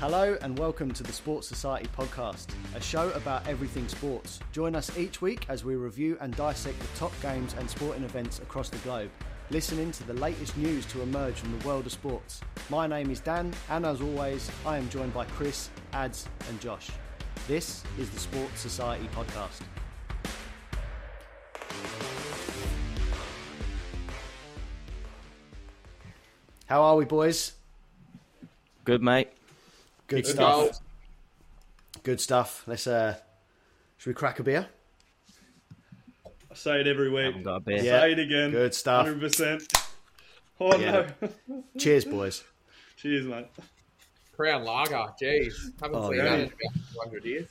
Hello and welcome to the Sports Society podcast, a show about everything sports. Join us each week as we review and dissect the top games and sporting events across the globe, listening to the latest news to emerge from the world of sports. My name is Dan, and as always, I am joined by Chris, Ads, and Josh. This is the Sports Society podcast. How are we, boys? Good, mate. Good Good stuff. goals. Good stuff. Let's uh should we crack a beer? Mm-hmm. I say it every I week. haven't got a beer. Yeah. Say it again. Good stuff. 100%. Oh, Yeah. no. Cheers, boys. Cheers, mate. Crown Lager, jeez, haven't Oh, seen yeah. that in about 200 years.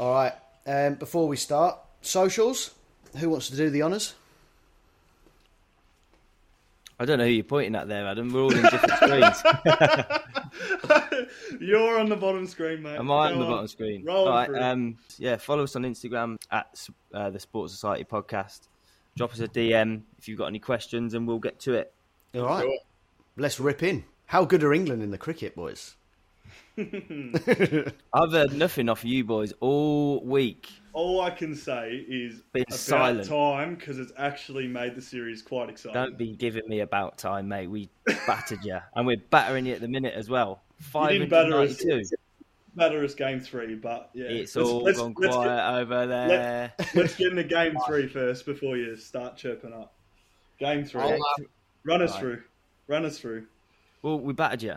All right. Um, before we start, socials. Who wants to do the honours? I don't know who you're pointing at there, Adam. We're all in different screens. You're on the bottom screen, mate. Am I on Go the bottom screen? Roll all right. through. Um, yeah, follow us on Instagram at uh, the Sports Society Podcast. Drop us a DM if you've got any questions, and we'll get to it. All right. Sure. Let's rip in. How good are England in the cricket, boys? um, I've heard nothing off you boys all week. All I can say is Been about silent. time because it's actually made the series quite exciting. Don't be giving me about time, mate. We battered you, and we're battering you at the minute as well. Five didn't batter us. ninety-two. Matter is game three, but yeah. It's let's- all let's- gone let's quiet over there. Get, let's get into game three first before you start chirping up. Game three. I'll, uh, Run us Right. through. Run us through. Well, we battered you.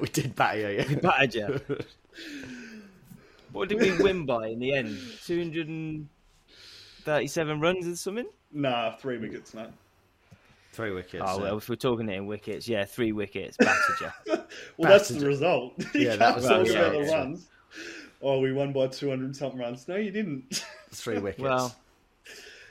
we did batter you. We Yeah. battered you. what did we win by in the end? 237 runs or something? Nah, three wickets, mate. Three wickets. oh, yeah. well, if we're talking it in wickets, yeah, three wickets, battered you. Well, that's Bastard. the result. You Yeah, that can't was the talk result, about the yeah. runs. Oh, we won by 200 something runs. No, you didn't. Three wickets. well,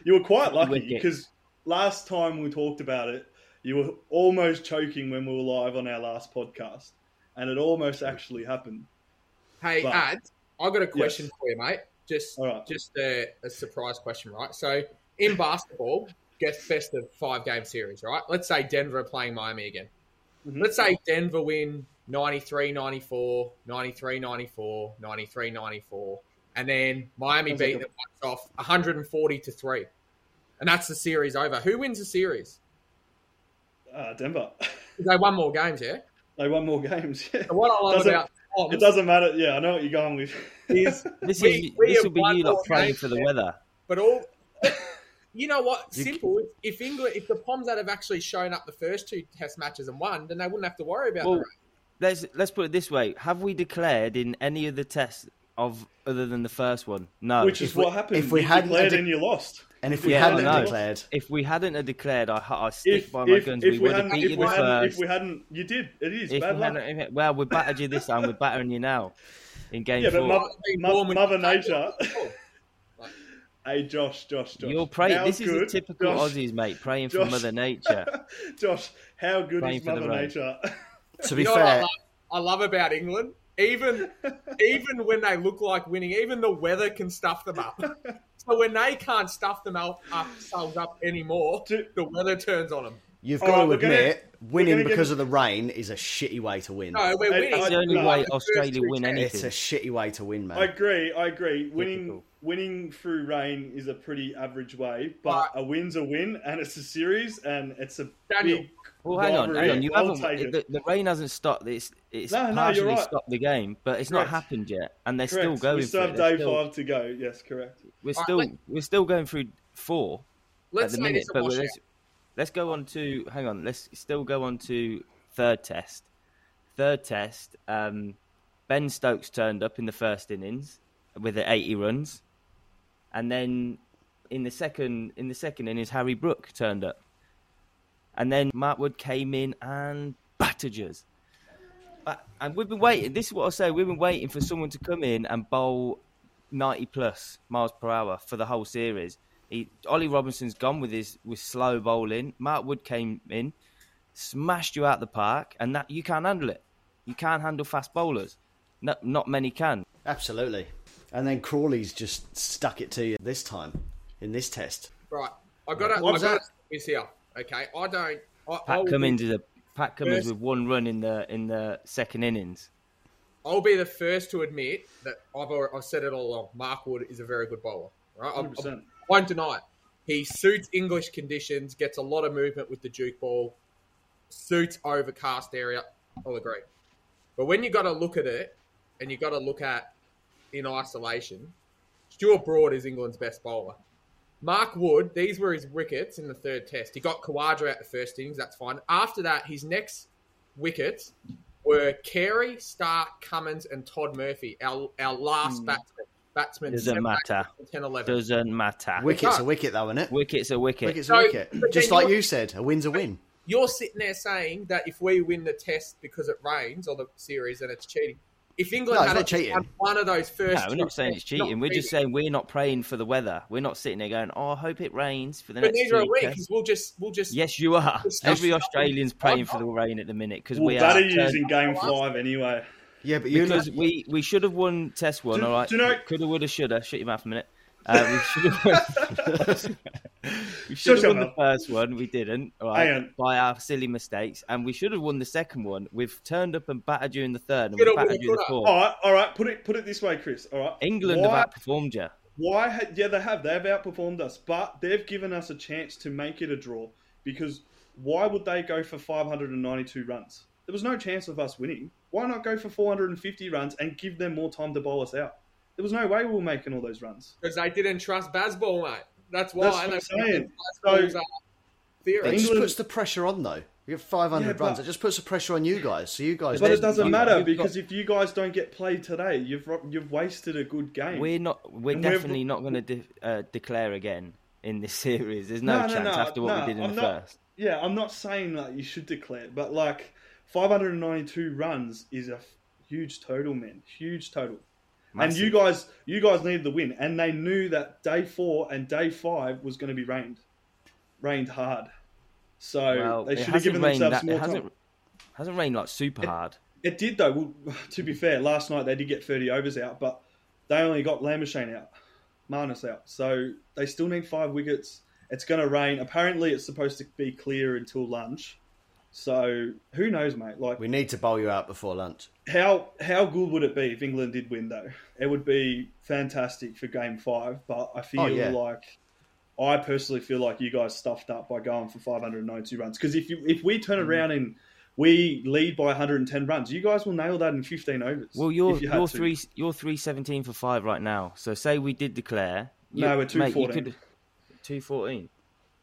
You were quite lucky Wicket. because last time we talked about it, you were almost choking when we were live on our last podcast, and it almost actually happened. hey, But- Ad, I got a question for you, mate. Just, All right. just a, a surprise question, right? So, in basketball, gets best of five game series, right? Let's say Denver are playing Miami again. Mhm. Let's say Denver win 93 94, 93 94, 93 94, and then Miami Sounds beat like them off 140 to 3. And that's the series over. Who wins the series? Uh, Denver. They won more games, yeah? they won more games. Yeah. And what I love Doesn't- about Tom It doesn't matter. Yeah, I know what you're going with. is, this, We- is, we this have will be won you lot all praying games, for the yeah. weather. but all you know what? You- Simple. If England, if the Poms had have actually shown up the first two Test matches and won, then they wouldn't have to worry about. Well, the let's, let's put it this way Have we declared in any of the tests of other than the first one? No. Which is we- what happened. if we you hadn't- declared and you lost. and if we Yeah, I hadn't know. declared, if we hadn't have declared, I, I stick If, by my if, guns. if we we would have hadn't, if beaten we the hadn't, if first. we hadn't, you did. It is If bad we luck. hadn't- if- well, we battered you this time. We're battering you now in game Yeah, but four. Mother, Being Mo- born with- Mother Nature. Oh. hey, Josh, Josh, Josh. You're praying. How This is a good- typical Josh, Aussies, mate, praying for Josh. Mother Nature. Josh, how good Praying is for the Mother rain. Nature? to be You know what I fair, love, I love about England? Even even when they look like winning, even the weather can stuff them up. So when they can't stuff them up, up themselves up anymore, Do- the weather turns on them. you've All got right, to we're gonna- admit, winning gonna give- because of the rain is a shitty way to win. No, we're Hey, winning. It's I- the only no, way the first Australia two win tests. it's a anything. shitty way to win, I man. agree. I agree. Winning Difficult. winning through rain is a pretty average way, but a win's a win, and it's a series, and it's a Daniel. big. Well, hang on, hang rivalry. on. You I'll haven't. take it- it. the, the rain hasn't stopped. It's it's No, no, you're partially right. stopped the game, but it's not Correct. happened yet, and they're Correct. still going. we still for have it. They're day still- five to go. Yes, correct. We're Alright, still let- we're still going through four Let's at the say minute, it's a but washout. let's let's go on to hang on. Let's still go on to third test. Third test. Um, ben Stokes turned up in the first innings with the 80 runs, and then in the second in the second innings, Harry Brook turned up, and then Matt Wood came in and battered us. But- And we've been waiting. This is what I say. We've been waiting for someone to come in and bowl 90 plus miles per hour for the whole series. He, Ollie Robinson's gone with his with slow bowling. Mark Wood came in, smashed you out the park, and that you can't handle it. You can't handle fast bowlers. No, not many can. Absolutely. And then Crawley's just stuck it to you this time in this test. Right. I got to. What I got was to that? this here. Okay. I don't. I, I Pat will- Cummins is a Pat Cummins Yes. with one run in the in the second innings. I'll be the first to admit that I've, alre- I've said it all along. Mark Wood is a very good bowler. Right? I, I 100%. won't deny it. He suits English conditions, gets a lot of movement with the juke ball, suits overcast area. I'll agree. But when you got to look at it and you got to look at in isolation, Stuart Broad is England's best bowler. Mark Wood, these were his wickets in the third test. He got Kawadra out the first innings, that's fine. After that, his next wickets were Carey, Stark, Cummins, and Todd Murphy, our, our last batsman. batsman. Hmm. Doesn't matter. 10 11. Doesn't matter. Wicket's a can't. wicket, though, isn't it? Wicket's a wicket. Wicket's a So- wicket. but Just then like you- you said, a win's a win. you're sitting there saying that if we win the test because it rains or the series, then it's cheating. If England No, it's had not it cheating. won one of those first, no, we're two not saying it's tests, cheating. not We're just saying we're not praying for the weather. We're not sitting there going, "Oh, I hope it rains for the But next neither are three we tests." because we'll just we'll just Yes, you are. It's just- Every Australian's praying for the rain at the minute because Well, we that are. are using game Last- five anyway. Yeah, but you because we, we should have won Test one. Do- all right, do you know- coulda, woulda, shoulda. Shut your mouth a minute. Uh, we should have won. we should your have won the mouth. first one. We didn't. All Hang right, on. by our silly mistakes, and we should have won the second one. We've turned up and battered you in the third, and we Shoulda, battered woulda, you in the coulda. fourth. All right, all right. Put it put it this way, Chris. All right. England Why, have outperformed you. why? ha- Yeah, they have. They've outperformed us, but they've given us a chance to make it a draw. Because why would they go for 592 runs? There was no chance of us winning. Why not go for 450 runs and give them more time to bowl us out? There was no way we were making all those runs. because they dididn't trust Basball, mate. That's why. That's what I'm saying. Basball's So- our theory. It just England- puts the pressure on, though. You get 500 Yeah, but- runs. It just puts the pressure on you guys. So you guys. But There's- it doesn't you- matter you've because got- if you guys don't get played today, you've ro- you've wasted a good game. We're not. We're And we're- definitely not going to de- uh, declare again in this series. There's no, chance after what no, we did in I'm the not, first. Yeah, I'm not saying that you should declare, but like 592 runs is a f- huge total, man. Huge total. Massive. And you guys, you guys needed the win, and they knew that day four and day five was going to be rained, rained hard. So Well, they it should have hasn't given rained themselves that- more it hasn't, time. hasn't rained like super hard. It did though. Well, to be fair, last night they did get 30 overs out, but they only got Lamashane out, Marnus out. So they still need five wickets. It's going to rain. Apparently, it's supposed to be clear until lunch. So who knows, mate? Like We need to bowl you out before lunch. how how good would it be if England did win though? It would be fantastic for Game Five. But I feel Oh, yeah. like I personally feel like you guys stuffed up by going for 592 runs because if you, if we turn Mm. around and we lead by 110 runs, you guys will nail that in 15 overs. Well, you're if you had you're to. three you're three seventeen for five right now. So say we did declare. you- No, we're mate, you 214. could- 214.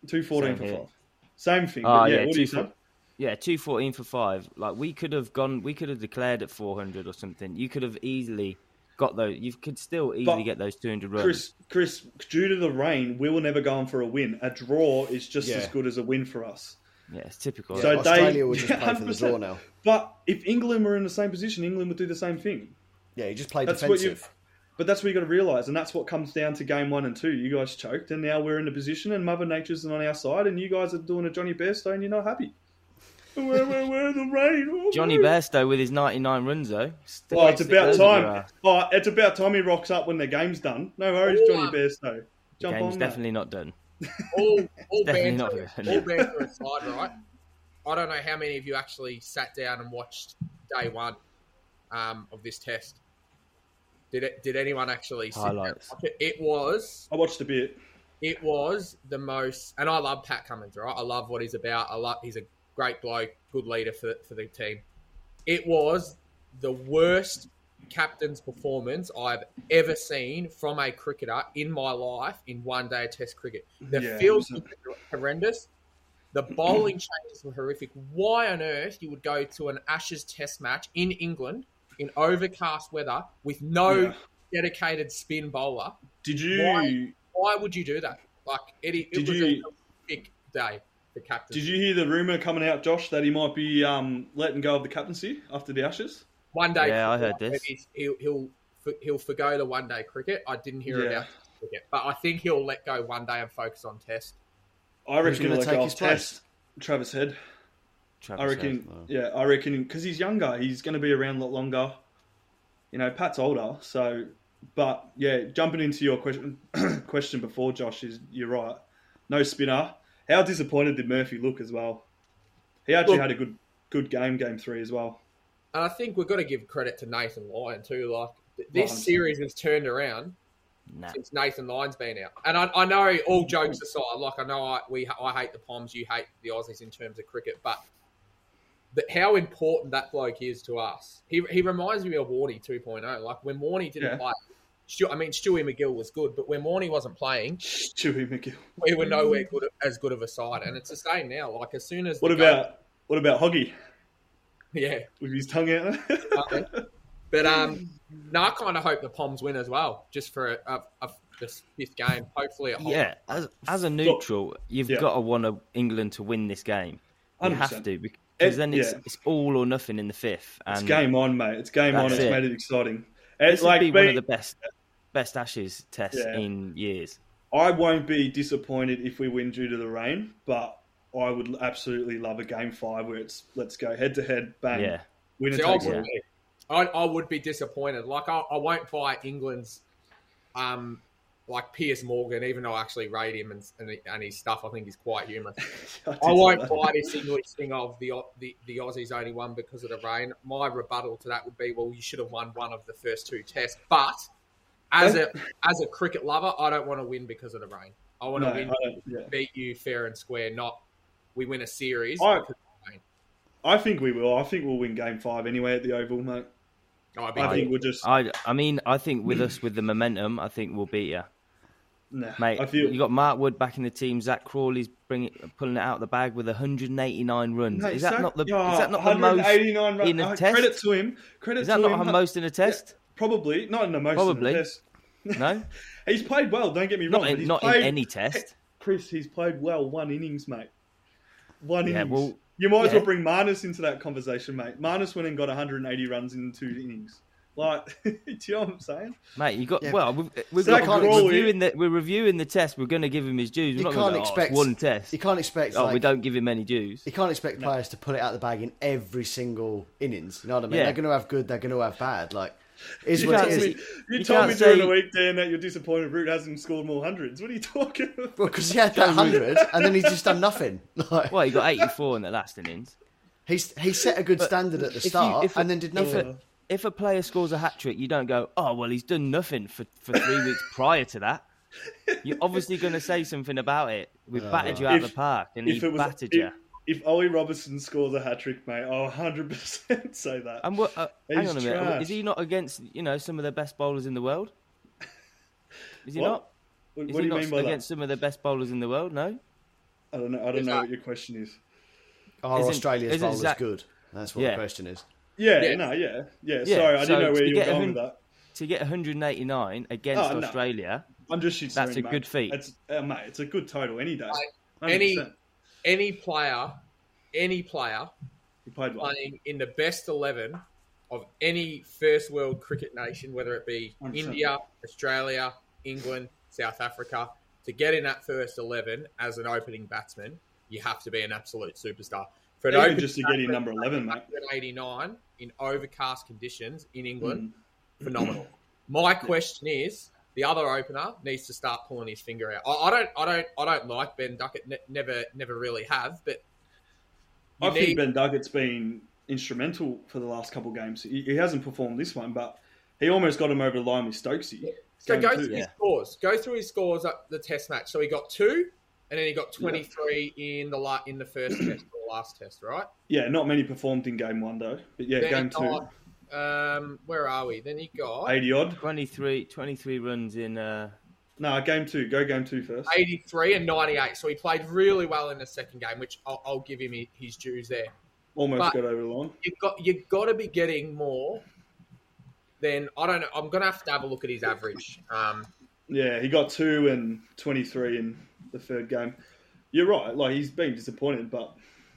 214 Same for here. five. Same thing. Ah, but yeah, yeah, what do you 214. think? Yeah, two fourteen for five. Like we could have gone, we could have declared at four hundred or something. You could have easily got those. You could still easily But, get those two hundred runs. Chris, Chris, due to the rain, we were never going for a win. A draw is just Yeah. as good as a win for us. yeah, it's typical. So Yeah, Australia they, will just play for the 100%. draw now. But if England were in the same position, England would do the same thing. Yeah, you just play That's what you- defensive. But that's what you got to realise, and that's what comes down to game one and two. You guys choked, and now we're in a position, and Mother Nature's on our side, and you guys are doing a Johnny Bairstow, and you're not happy. where, where, where the rain? Oh, Johnny where- Bairstow with his ninety nine runs though. Stick- Oh, it's stick about those in your time. ass. Oh, it's about time he rocks up when the game's done. No worries, Oh, Johnny uh, Bairstow. Jump Game's on, mate. definitely not done. all all Definitely banter, not. all banter aside, right? I don't know how many of you actually sat down and watched day one um, of this test. Did it? Did anyone actually? sit down and Highlights. watch it? It was I watched a bit. it was the most, and I love Pat Cummins, right? I love what he's about. I love he's a great bloke, good leader for for the team. It was the worst captain's performance I've ever seen from a cricketer in my life in one day of Test cricket. The Yeah, field was it horrendous. The bowling changes were horrific. Why on earth you would go to an Ashes Test match in England in overcast weather with no Yeah. dedicated spin bowler? Did you Why? why would you do that? Like it, it Did was you- a big day for captain. did you hear the rumor coming out, Josh, that he might be um, letting go of the captaincy after the Ashes? one day? Yeah, I heard this. he's- He'll he'll he'll forgo the one day cricket. I didn't hear Yeah. about test cricket, but I think he'll let go one day and focus on test. I reckon gonna he'll let take go his of Test. Travis Head. I Travis reckon. Head. Yeah, I reckon because he's younger, he's going to be around a lot longer. You know, Pat's older, so. But yeah, jumping into your question question before Josh is you're right. No spinner. How disappointed did Murphy look as well? He actually Look- had a good good game, game three as well. And I think we've got to give credit to Nathan Lyon too. Like th- this Lyon. series has turned around Nah. since Nathan Lyon's been out. And I, I know all jokes aside, like I know I we I hate the Poms, you hate the Aussies in terms of cricket, but that how important that bloke is to us. He, he reminds me of Warney 2.0. Like when Warney didn't Yeah. play, Stu, I mean Stewie McGill was good, but when Warney wasn't playing, Stewie McGill. we Mm. were nowhere good as good of a side. And it's the same now. Like as soon as What the go- about what about Hoggy yeah, with his tongue out? But um, no, I kind of hope the Poms win as well, just for a, a, a, this fifth game. Hopefully, it holds. Yeah, as, as a neutral, you've Oh, Yeah. got to want to, England to win this game. You have 100%. to because It- then it's yeah. it's all or nothing in the fifth. And it's game on, mate. It's game on. That's It's it. made it exciting. This It's would like be one of being- the best best Ashes tests Yeah. in years. I won't be disappointed if we win due to the rain, but I would absolutely love a game five where it's let's go head to head, bang, Yeah, winner See, I, takes would all. be, I, I would be disappointed. Like I, I won't buy England's, um, like Piers Morgan, even though I actually rate him and and, he- and his stuff. I think he's quite humorous. I did I won't that. buy this English thing of the, the the Aussies only won because of the rain. My rebuttal to that would be, well, you should have won one of the first two tests. But as a as a cricket lover, I don't want to win because of the rain. I want No, to win, I don't- yeah. beat you fair and square. Not we win a series. I- because I think we will. I think we'll win game five anyway at the Oval, mate. I'd be I I- think we'll just I I mean I think with us with the momentum, I think we'll beat you, nah, mate. I feel you got Mark Wood back in the team. Zach Crawley's bringing pulling it out of the bag with 189 runs. Mate, is that Zach- oh, not the yeah, is that not the most 189 run- in a uh, test? Credit to him. Credit is that to not him. the most in a test? Probably not in the most. Probably. In the test. No, He's played well. Don't get me wrong. not but in, he's not played- in any test. Chris, he's played well one innings, mate. One Yeah, innings. well, you might as yeah. well bring Marnus into that conversation, mate. Marnus went and got 180 runs in two innings. Like, do you know what I'm saying? Mate, you got Yeah. well. We've, we've Zach got, we're Crawley- reviewing the we're reviewing the test. We're going to give him his dues. We're You not can't going to expect one test. You can't expect. oh, like, we don't give him any dues. You can't expect players to pull it out the bag in every single innings. You know what I mean? Yeah. They're going to have good. They're going to have bad. Like, is You, what told it can't is. me, see- you you told me can't during say- the week, Dan, that you're disappointed Root hasn't scored more hundreds. What are you talking about? Well, because he had that hundred, and then he's just done nothing. Like, Well, he got 84 in the last innings. he's he set a good standard at the If you- start, if a- and then did if a- nothing. If a player scores a hat trick, you don't go, oh, well, he's done nothing for, for three weeks prior to that. You're obviously going to say something about it. We battered you out of If- the park and he If it was battered you. if, if Ollie Robertson scores a hat trick, mate, I'll 100% say that. And what, uh, hang He's on a minute. trash. Is he not against, you know, some of the best bowlers in the world? Is he What? not? what Is what do he you not mean by against some of the best bowlers in the world? No? that? I don't know. I don't Is know that- what your question is. Are isn't- Australia's isn't bowlers Zach- good? That's what the Yeah. question is. Yeah, Yeah. no, yeah, yeah. Yeah, Sorry, I so didn't know where to you were get going him- with that. To get 189 against Oh, no. Australia, I'm just shit That's a stirring, mate. good feat. It's, uh, mate, it's a good total any day. Like, any- 100%. any player, any player he played well. playing in the best eleven of any first world cricket nation, whether it be 100%. India, Australia, England, South Africa, to get in that first eleven as an opening batsman, you have to be an absolute superstar. For an Even opening just to get in batsman, number 11, mate. 189 in overcast conditions in England, Mm. phenomenal. My question is, the other opener needs to start pulling his finger out. I, I don't, I don't, I don't like Ben Duckett. Ne- never, never really have. But I you think need- Ben Duggett's been instrumental for the last couple of games. He, he hasn't performed this one, but he almost got him over the line with Stokesy. So Game go two. through his scores. Go through his scores at the test match. So he got two, and then he got twenty three in the la- in the first test or the last test, right? Yeah, not many performed in game one though, but yeah, Then he game two, got, Um, where are we? Then he got eighty odd. 23, 23 runs in. Uh, No, game two. Go game two first. 83 and 98. So he played really well in the second game, which I'll, I'll give him hi- his dues there. Almost but- got over the line. You've got you got to be getting more than I don't know. I'm gonna have to have a look at his average. Um, Yeah, he got two and twenty-three in the third game. You're right. Like he's been disappointed, but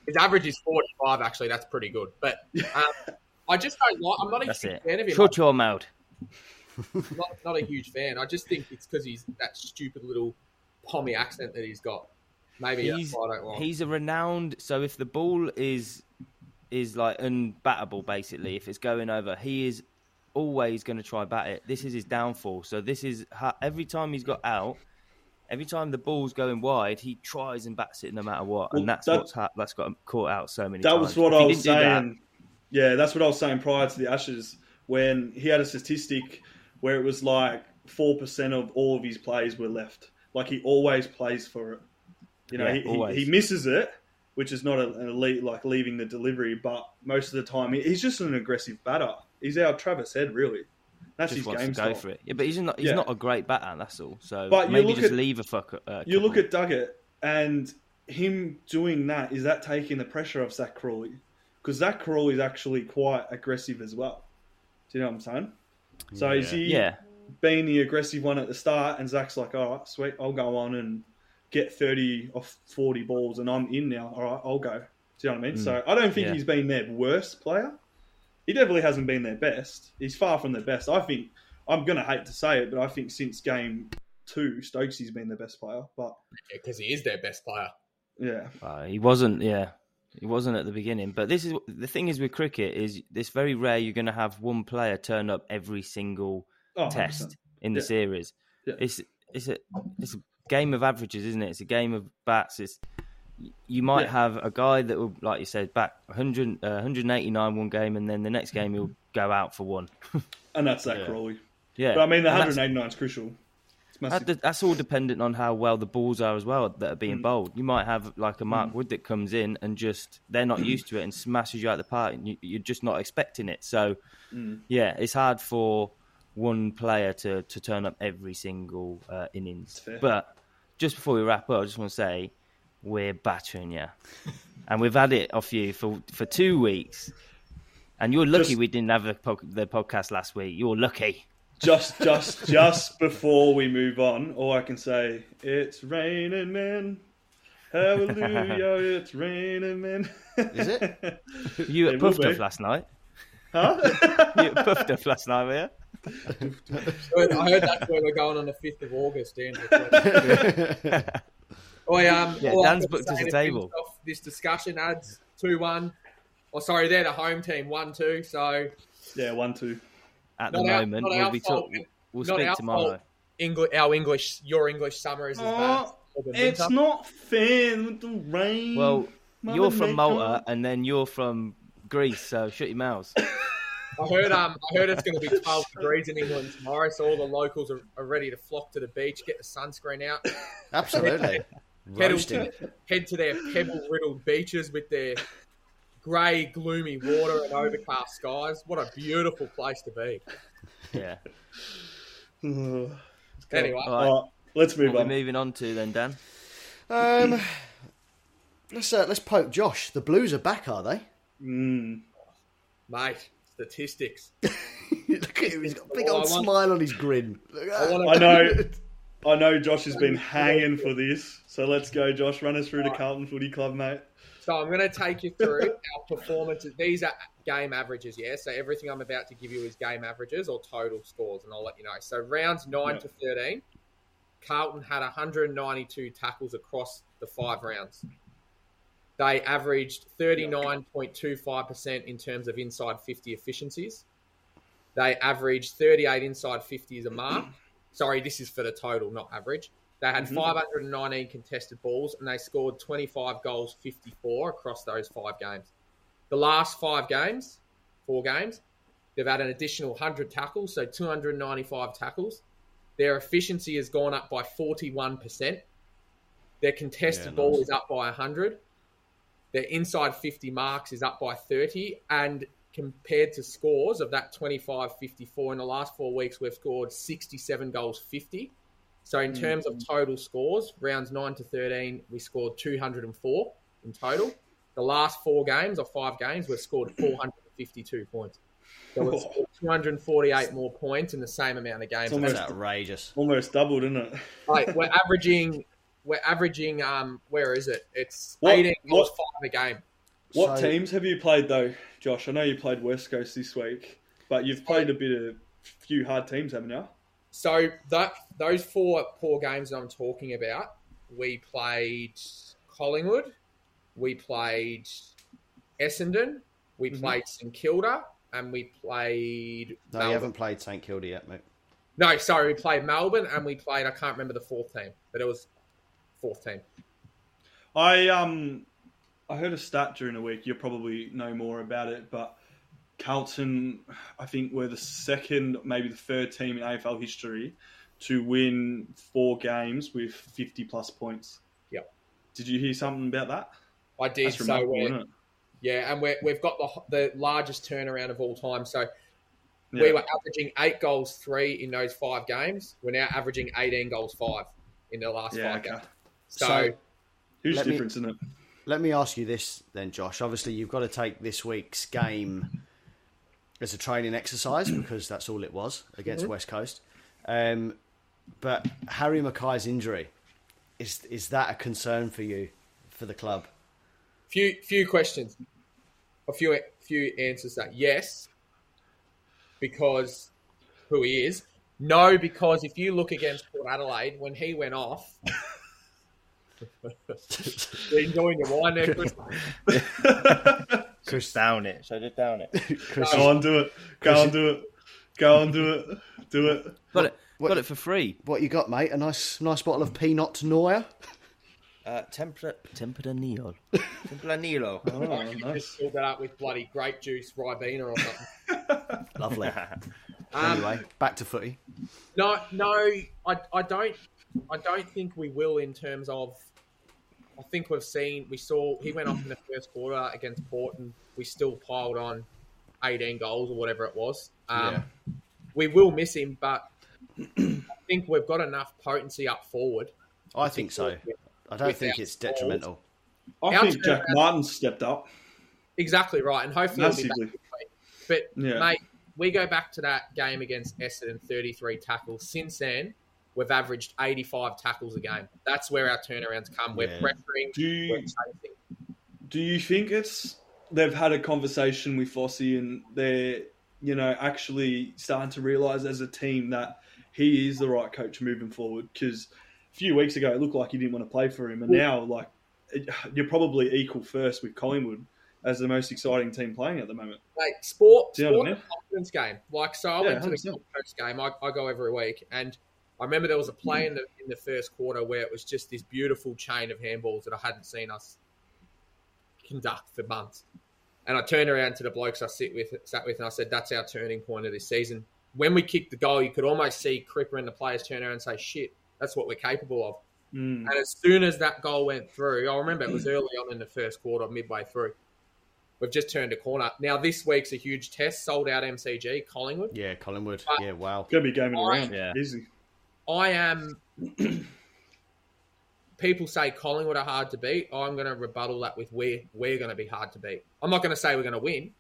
his average is 45. Actually, that's pretty good. But um, I just don't like. I'm not a that's huge it. fan of him. Shut your mouth. not, not a huge fan. I just think it's because he's that stupid little pommy accent that he's got. Maybe He's- that's why I don't like. him. He's a renowned. So if the ball is is like unbattable, basically, if it's going over, he is always going to try bat it. This is his downfall. So this is how, every time he's got out, Every time the ball's going wide, he tries and bats it no matter what, Well, and that's that- what's ha- that's got him caught out so many. That times. was what If I he was didn't do that- saying. Yeah, that's what I was saying prior to the Ashes when he had a statistic where it was like four percent of all of his plays were left. Like he always plays for it. You know, Yeah, he- always. he, he misses it, which is not a, an elite like leaving the delivery, but most of the time he- he's just an aggressive batter. He's our Travis Head, really. That's just his wants game to go style. for it. Yeah, but he's not he's Yeah. not a great batter. That's all. So But you maybe look just at- leave a fuck. Uh, You look at Duggett and him doing that, is that taking the pressure off Zach Crawley? Because Zach Crawley is actually quite aggressive as well. Do you know what I'm saying? So is he yeah, being the aggressive one at the start and Zach's like, all right, sweet, I'll go on and get 30 off 40 balls and I'm in now. All right, I'll go. Do you know what I mean? So I don't think Mm. Yeah. he's been their worst player. He definitely hasn't been their best. He's far from their best. I think, I'm going to hate to say it, but I think since game two, Stokes's been the best player. But because he is their best player. yeah. Uh, he wasn't. Yeah, he wasn't at the beginning. But this is the thing is with cricket is it's very rare you're going to have one player turn up every single Oh, 100%. test in the Yeah. series. Yeah. It's it's a it's a game of averages, isn't it? It's a game of bats. It's you might Yeah. have a guy that will, like you said, back 100, uh, 189 one game, and then the next game he'll go out for one. And that's Zach Yeah. Crawley. Yeah, But I mean, the And that's- 189 is crucial. It's massive. that, that- that's all dependent on how well the balls are as well that are being Mm. bowled. You might have like a Mark Wood that comes in and just they're not used to it and smashes you out the park, and you, you're just not expecting it. So, Mm. yeah, it's hard for one player to to turn up every single uh, innings. fair. But just before we wrap up, I just want to say we're battering you, and we've had it off you for for two weeks. And you're lucky Just- we didn't have the, pod- the podcast last week. You're lucky. just just just before we move on, all I can say it's raining men. Hallelujah, it's raining men. Is it? You It at will Puff be. Duff last night. Huh? You at Puff Duff last night, were you? But I heard that's where we're going on the fifth of August, Dan. Oi, um, Yeah, Dan's all I've got to booked us say a to finish table. off This discussion adds two one. Oh, sorry, they're the home team one two. So yeah, one two. At Not the our- moment, not we'll our be fault, talking. man. We'll Not speak our tomorrow. fault. Engl- our English, your English summer is as bad. Oh, as the It's winter. not fair with the rain. Well, Mother you're from nature. Malta, and then you're from Greece, so shut your mouths. I heard um I heard it's going to be 12 degrees in England tomorrow, so all the locals are, are ready to flock to the beach, get the sunscreen out, Absolutely. head, Roasting. head to their pebble-riddled beaches with their grey, gloomy water and overcast skies. What a beautiful place to be. Yeah. Ugh. Anyway, All right. All right, let's move What are we on. moving on to then, Dan? Um, let's uh, let's poke Josh. The Blues are back, are they? Mm. mate, statistics. Look at him. He's got a big Oh, I old want- smile on his grin. Look at I that. want I know, I know. Josh has been hanging for this, so let's go, Josh. Run us through to Carlton Footy Club, mate. So I'm going to take you through our performances. These are game averages, yeah? So everything I'm about to give you is game averages or total scores, and I'll let you know. So rounds 9 Yeah. to 13, Carlton had 192 tackles across the five rounds. They averaged 39.25% in terms of inside 50 efficiencies. They averaged 38 inside 50s a mark. Sorry, this is for the total, not average. They had Mhm. 519 contested balls and they scored 25 goals, 54 across those five games. The last five games, four games, they've had an additional 100 tackles, so 295 tackles. Their efficiency has gone up by 41%. Their contested Yeah, nice. ball is up by 100. Their inside 50 marks is up by 30. And compared to scores of that 25 54 in the last four weeks, we've scored 67 goals, 50. So in Hmm. terms of total scores, rounds nine to thirteen, we scored two hundred and four in total. The last four games or five games, we've scored four hundred and fifty-two points. So we've scored two hundred and forty-eight more points in the same amount of games. It's That's almost- outrageous. Almost doubled, isn't it? Like we're averaging, we're averaging. Um, where is it? It's What- eighteen goals what- five a game. What So- teams have you played though, Josh? I know you played West Coast this week, but you've played a bit of few hard teams, haven't you? So that those four poor games that I'm talking about, we played Collingwood, we played Essendon, we Mhm. played St Kilda, and we played. No, Melbourne. you haven't played St Kilda yet, mate. No, sorry, we played Melbourne, and we played. I can't remember the fourth team. but it was fourth team. I um, I heard a stat during the week. You probably know more about it, but Carlton, I think, were the second, maybe the third team in AFL history to win four games with fifty plus points. Yep. Did you hear something about that? I did That's so remarkable, we're- isn't it? yeah, and we're, we've got the the largest turnaround of all time. So Yeah. we were averaging eight goals three in those five games. We're now averaging eighteen goals five in the last yeah, five okay. games. So, So- Huge Let me- difference, isn't it? Let me ask you this then, Josh. Obviously, you've got to take this week's game as a training exercise because that's all it was against West Coast. Um, but Harry Mackay's injury is is that a concern for you for the club? few few questions, a few few answers. That yes, because who he is. No, because if you look against Port Adelaide when he went off, they're enjoying the wine there. Chris. Chris, Down it. Should I just down it? Chris Go on, do it. Go on, do it. Go on, do it. Do it. Got it. What- Got it for free. what you got, mate? A nice nice bottle of peanut noir. Uh, tempra Tempranillo. Tempranillo. Oh, You nice. just fill that up with bloody grape juice, ribena, or something. Lovely. Um, anyway, back to footy. No, no, I, I don't, I don't think we will in terms of. I think we've seen, we saw he went off in the first quarter against Port, and we still piled on eighteen goals or whatever it was. Um, Yeah. We will miss him, but I think we've got enough potency up forward. I think so. I don't think Without it's detrimental. I Our think Jack turnaround- Martin stepped up. Exactly right, and hopefully he'll be back Massively. this week. But Yeah. mate, we go back to that game against Essendon, thirty-three tackles. Since then, we've averaged eighty-five tackles a game. That's where our turnarounds come. We're Yeah. pressuring. Do you- we're chasing. Do you think it's they've had a conversation with Fossey and they're you know actually starting to realise as a team that he is the right coach moving forward? Because a few weeks ago it looked like you didn't want to play for him, and now like you're probably equal first with Collingwood as the most exciting team playing at the moment. Like sport, Do you know what sport I and confidence game. Like so, I Yeah, went to the 100%. Gold Coast game. I, I go every week, and I remember there was a play in the in the first quarter where it was just this beautiful chain of handballs that I hadn't seen us conduct for months. And I turned around to the blokes I sit with, sat with, and I said, "That's our turning point of this season." When we kicked the goal, you could almost see Cripper and the players turn around and say, "Shit, that's what we're capable of." Mm. And as soon as that goal went through, I remember it was early on in the first quarter, midway through. We've just turned a corner. Now this week's a huge test. Sold out MCG, Collingwood. Yeah, Collingwood. But- Yeah, wow. Gonna be gaming around, Yeah. easy. I am. people say Collingwood are hard to beat. I'm going to rebuttal that with we're we're going to be hard to beat. I'm not going to say we're going to win,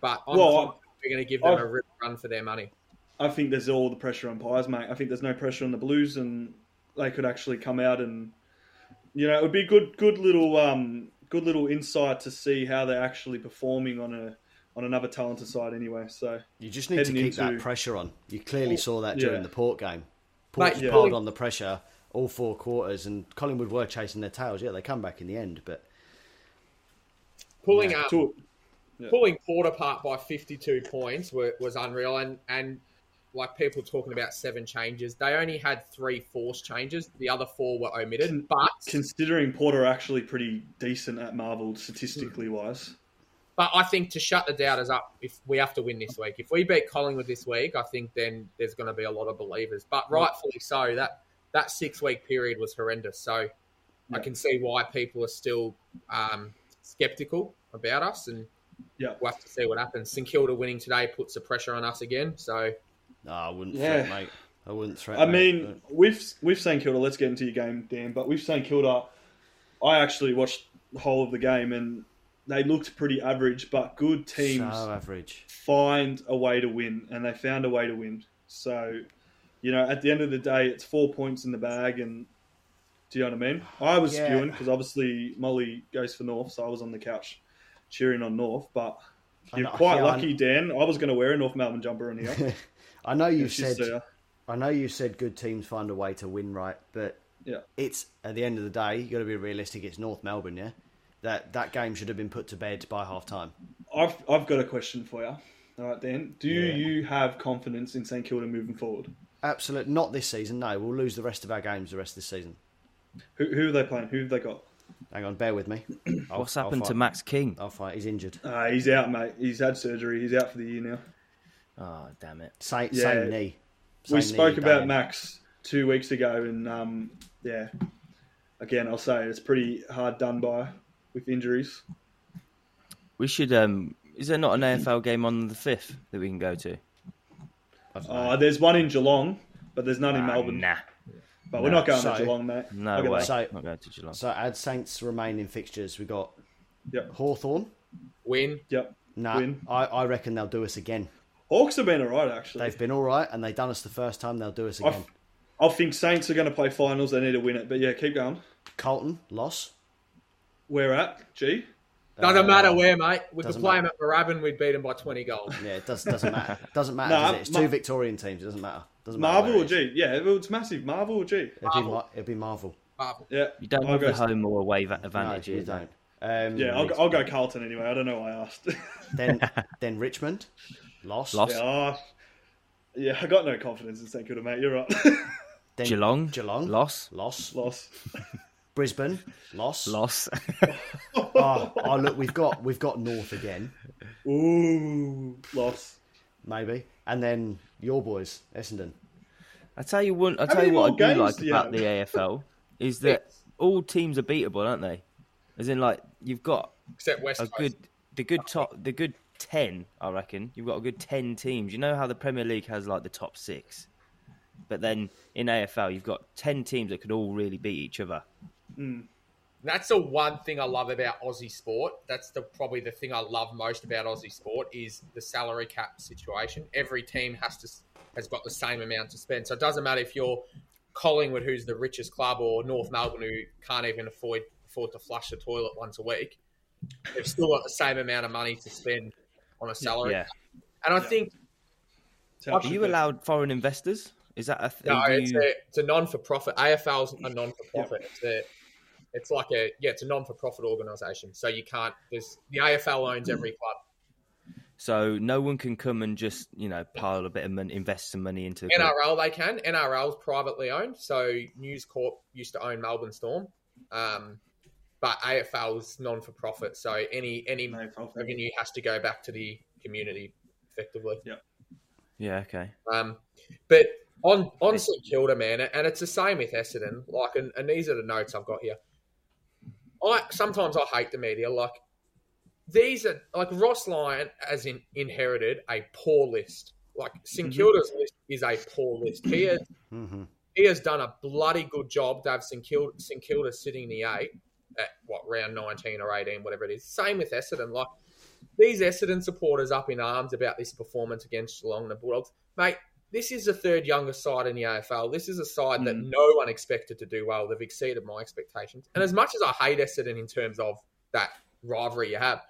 but I'm Well, confident we're going to give them I've- a real run for their money. I think there's all the pressure on Pies, mate. I think there's no pressure on the Blues, and they could actually come out and, you know, it would be good, good little, um, good little insight to see how they're actually performing on a on another talented side, anyway. So You just need to Heading keep that into- pressure on. You clearly saw that during Yeah. the Port game. Mate, Port yeah. piled on the pressure all four quarters, and Collingwood were chasing their tails. Yeah, they come back in the end, but Pulling Yeah. up to, pulling Port apart by 52 points were, was unreal. And, and like people talking about seven changes, they only had three forced changes. The other four were omitted. But considering Porter are actually pretty decent at Marvel statistically wise. but I think to shut the doubters up, if we have to win this week, if we beat Collingwood this week, I think then there's going to be a lot of believers. But rightfully so, that that six week period was horrendous. So I can see why people are still um, skeptical about us and. Yeah. We'll have to see what happens. St Kilda winning today puts the pressure on us again. So no, I wouldn't Yeah. threat, mate. I wouldn't threat. I mate. mean, with with St Kilda, let's get into your game, Dan. But with St Kilda, I actually watched the whole of the game, and they looked pretty average, but good But teams. so average. find a way to win, and they found a way to win. So, you know, at the end of the day, it's four points in the bag, and do you know what I mean? I was Yeah. skewing because obviously Molly goes for North, so I was on the couch cheering on North. But I you're know- quite yeah, I- lucky, Dan. I was going to wear a North Melbourne jumper in here. I know you It's just, said. uh, I know you said good teams find a way to win, right? But Yeah. it's at the end of the day, you got to be realistic. It's North Melbourne, yeah. That that game should have been put to bed by half time. I've I've got a question for you. All right, Dan. Do Yeah. you have confidence in St Kilda moving forward? Absolute, not this season. No, we'll lose the rest of our games the rest of the season. Who, who are they playing? Who have they got? Hang on, bear with me. I'll- What's I'll happened to find- Max King? I'll find. Oh, He's injured. Uh, he's out, mate. He's had surgery. He's out for the year now. Oh, damn it. Same, Yeah. same knee. Same we knee, spoke about Damien. Max two weeks ago, and um, yeah, again, I'll say it's pretty hard done by with injuries. We should. um Is there not an AFL game on the 5th that we can go to? I don't know. Uh, there's one in Geelong, but there's none in Ah, Melbourne. Nah. but we're not going So- to Geelong, mate. No Look at way. that. So- not going to Geelong. So add Saints' remaining fixtures. We got Yep. Hawthorn. Win. Yep. Nah, Win. I, I reckon they'll do us again. Hawks have been all right actually. They've been all right, and they done us the first time. They'll do us I, again. f- I think Saints are going to play finals. They need to win it. But yeah, keep going. Colton loss. Where at? G. Doesn't Uh, matter where, mate. We could doesn't play him at Moorabbin. We'd beat him by 20 goals. Yeah, it does, doesn't matter. Doesn't matter. Nah, does it? It's Ma- two Victorian teams. It doesn't matter. Doesn't matter Marvel where or it is. G? Yeah, it- it's massive. Marvel or G? It'd be, Marvel. Mar- it'd be Marvel. Marvel. Yeah. You don't I'll have go- a home or away va- No, advantage. you either. don't. Um, Yeah, I'll, go- I'll go Carlton anyway. I don't know why I asked. Then then Richmond loss. Loss. yeah, I- yeah, I got no confidence in St Kilda, mate. You're right. Then Geelong. Geelong Loss. loss. Loss. Brisbane loss. Loss. Oh, oh, look, we've got we've got North again, Ooh, loss. maybe, and then your boys Essendon. I tell you one. I How tell you many what I more do games like do you about have? the AFL is that all teams are beatable, aren't they? As in, like you've got Except West a Coast. good, the good top, the good ten. I reckon you've got a good ten teams. You know how the Premier League has like the top six, but then in AFL you've got ten teams that could all really beat each other. That's the one thing I love about Aussie sport. That's the probably the thing I love most about Aussie sport is the salary cap situation. Every team has to has got the same amount to spend, so it doesn't matter if you're Collingwood, who's the richest club, or North Melbourne, who can't even afford afford to flush the toilet once a week. They've still got the same amount of money to spend on a salary. Yeah. And I think It's how it Are should you be. allowed foreign investors? Is that a thing? No, Do it's you- a, it's a non for profit. AFL's a non for profit. It's a, it's like a yeah, it's a non for profit organisation. So you can't. There's the AFL owns every club, so no one can come and just you know pile a bit of money, invest some money into the club. NRL they can. NRL's privately owned. So News Corp used to own Melbourne Storm, um, but AFL's non for profit. So any any No problem. revenue has to go back to the community, effectively. Yeah, okay. Um, but on on St Kilda, man, and it's the same with Essendon. Like, and, and these are the notes I've got here. I sometimes I hate the media. Like, these are like Ross Lyon has in, inherited a poor list. Like St Kilda's list is a poor list. He has hmm he has done a bloody good job to have St Kilda, St Kilda sitting in the eight at what round nineteen or eighteen, whatever it is. Same with Essendon. Like these Essendon supporters up in arms about this performance against Geelong and the Bulldogs, mate. This is the third youngest side in the AFL. This is a side that Mm. no one expected to do well. They've exceeded my expectations. And as much as I hate Essendon in terms of that rivalry you have,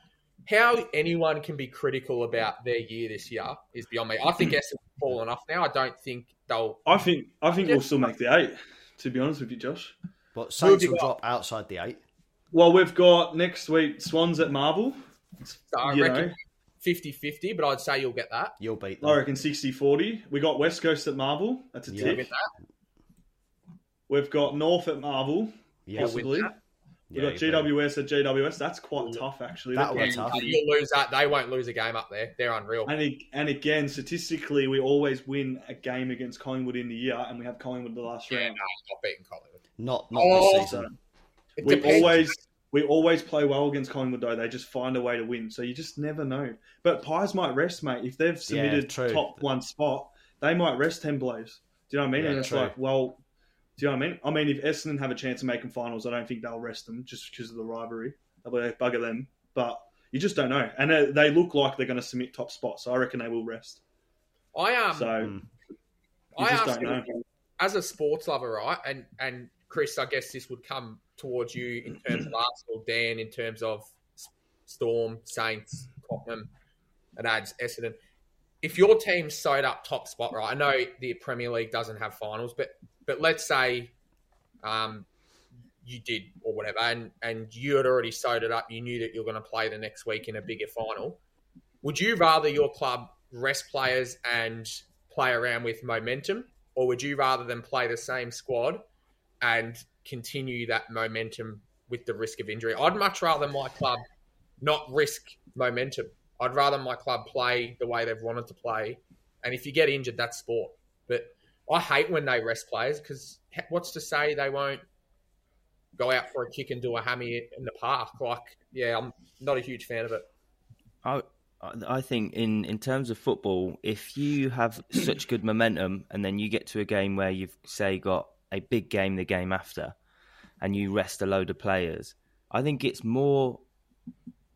how anyone can be critical about their year this year is beyond me. I think Essendon's fallen off now. I don't think they'll I think I think Yeah. we'll still make the eight. To be honest with you, Josh. But Saints you will drop got? outside the eight. Well, we've got next week Swans at Marvel. I you reckon know, 50 50, but I'd say you'll get that. You'll beat them. I reckon 60-40. We got West Coast at Marvel. That's a Yeah. You'll tick. get that. We've got North at Marvel, Yeah. possibly. Yeah, We've got you'll beat them. GWS at GWS. That's quite tough, actually. That game. one's tough. You'll lose that. They won't lose a game up there. They're unreal. And, ag- and again, statistically, we always win a game against Collingwood in the year, and we have Collingwood the last yeah, no, round. not beating Collingwood. Not not Oh. this season. It We depends. always we always play well against Collingwood, though. They just find a way to win, so you just never know. But Pies might rest, mate. If they've submitted true. top one spot, they might rest ten blows. Do you know what I mean? Yeah, and it's true. like, well, do you know what I mean? I mean, if Essendon have a chance of making finals, I don't think they'll rest them just because of the rivalry. They'll be like, bugger them, but you just don't know. And uh, they, they look like they're going to submit top spot, so I reckon they will rest. I um, So Mm. you I just asked don't know. you, as a sports lover, right? And and Chris, I guess this would come towards you in terms of Arsenal, Dan, in terms of S- Storm, Saints, Tottenham, and adds Essendon. If your team sewed up top spot, right? I know the Premier League doesn't have finals, but but let's say um, you did or whatever, and and you had already sewed it up. You knew that you're going to play the next week in a bigger final. Would you rather your club rest players and play around with momentum, or would you rather them play the same squad and continue that momentum with the risk of injury. I'd much rather my club not risk momentum. I'd rather my club play the way they've wanted to play. And if you get injured, that's sport. But I hate when they rest players because what's to say they won't go out for a kick and do a hammy in the park? Like, yeah, I'm not a huge fan of it. I I think in in terms of football, if you have such good momentum and then you get to a game where you've say got a big game the game after, and you rest a load of players, I think it's more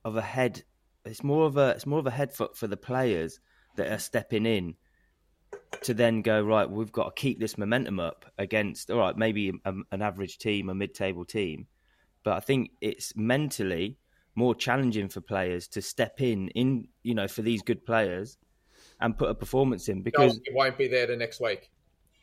of a head. It's more of a it's more of a head foot for the players that are stepping in to then go right. We've got to keep this momentum up against all right, maybe a, an average team, a mid-table team, but I think it's mentally more challenging for players to step in in you know for these good players and put a performance in because it won't be there the next week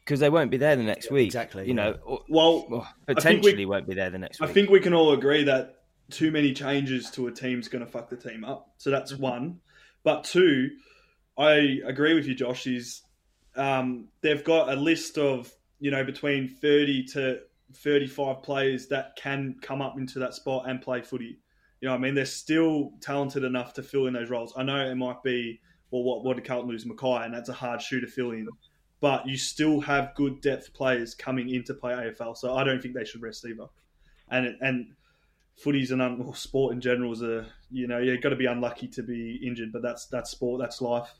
because they won't be there the next week. exactly, You yeah. know, or- Well, or I potentially think we, won't be there the next I week. think we can all agree that too many changes to a team's going to fuck the team up. So that's Mm-hmm. one. But two, I agree with you, Josh. Is um, they've got a list of you know between thirty to thirty-five players that can come up into that spot and play footy. You know, what I mean, they're still talented enough to fill in those roles. I know it might be well, what what did Carlton lose Mackay, and that's a hard shoe to fill in. But you still have good depth players coming in to play AFL, so I don't think they should rest either and it, and footy's an un, or sport in general is a you know you've got to be unlucky to be injured, but that's that's sport, that's life.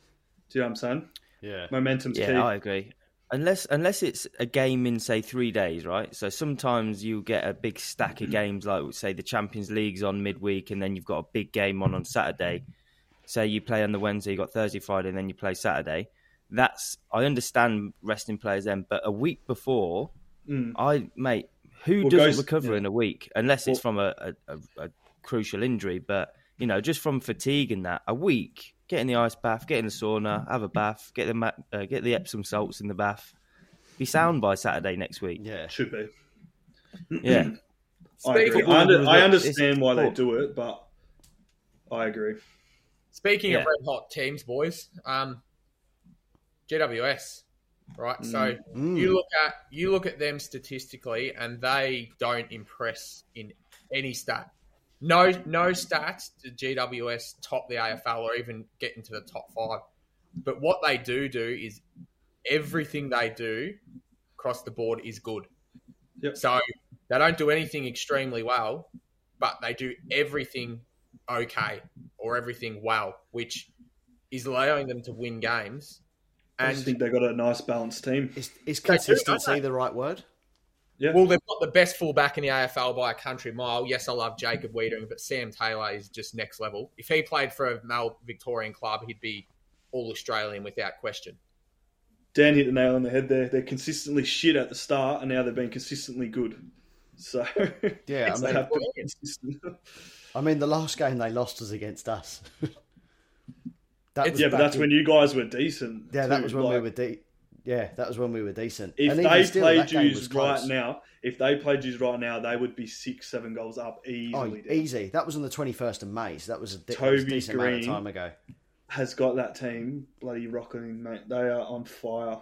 Do you know what I'm saying? Yeah. Momentum's yeah, key. I agree. Unless unless it's a game in say three days, right? So sometimes you get a big stack of games, like say the Champions League's on midweek, and then you've got a big game on on Saturday. Say you play on the Wednesday, you got Thursday, Friday, and then you play Saturday. That's I understand resting players then, but a week before, I mate, who Well, doesn't Mm. goes- recover yeah. in a week unless it's from a, a, a, a crucial injury? But you know, just from fatigue and that, a week, get in the ice bath, get in the sauna, have a bath, get the ma- uh, get the Epsom salts in the bath, be sound by Saturday next week. Yeah. Should be. Yeah, I, agree. Speaking, I, under, I It's understand why they sport. do it, but I agree. speaking of Yeah. red hot teams, boys, um, GWS, right? So Mm. you look at you look at them statistically, and they don't impress in any stat. No, no stats to GWS top the AFL or even get into the top five. But what they do do is everything they do across the board is good. Yep. So they don't do anything extremely well, but they do everything okay or everything well, which is allowing them to win games. I just think And they got a nice balanced team. Is, is They do, don't consistency they? the right word? Yeah, well, they've got the best fullback in the AFL by a country mile. Yes, I love Jacob Wiedering, but Sam Taylor is just next level. If he played for a Mel Victorian club, he'd be all Australian without question. Dan hit the nail on the head there. They're consistently shit at the start, and now they've been consistently good. So Yeah. I they mean, have to be consistent. I mean, the last game they lost was against us. that It's- yeah, but back that's in- when you guys were decent. Yeah, that too. was when we Like, were de- Yeah, that was when we were decent. If And even they still, played that game was yous right close. now, if they played yous right now, they would be six, seven goals up easily. Oh, Dan. easy. That was on the 21st of May, so that was a, de- Toby decent amount of Green. time ago. Has got that team bloody rocking, mate. They are on fire.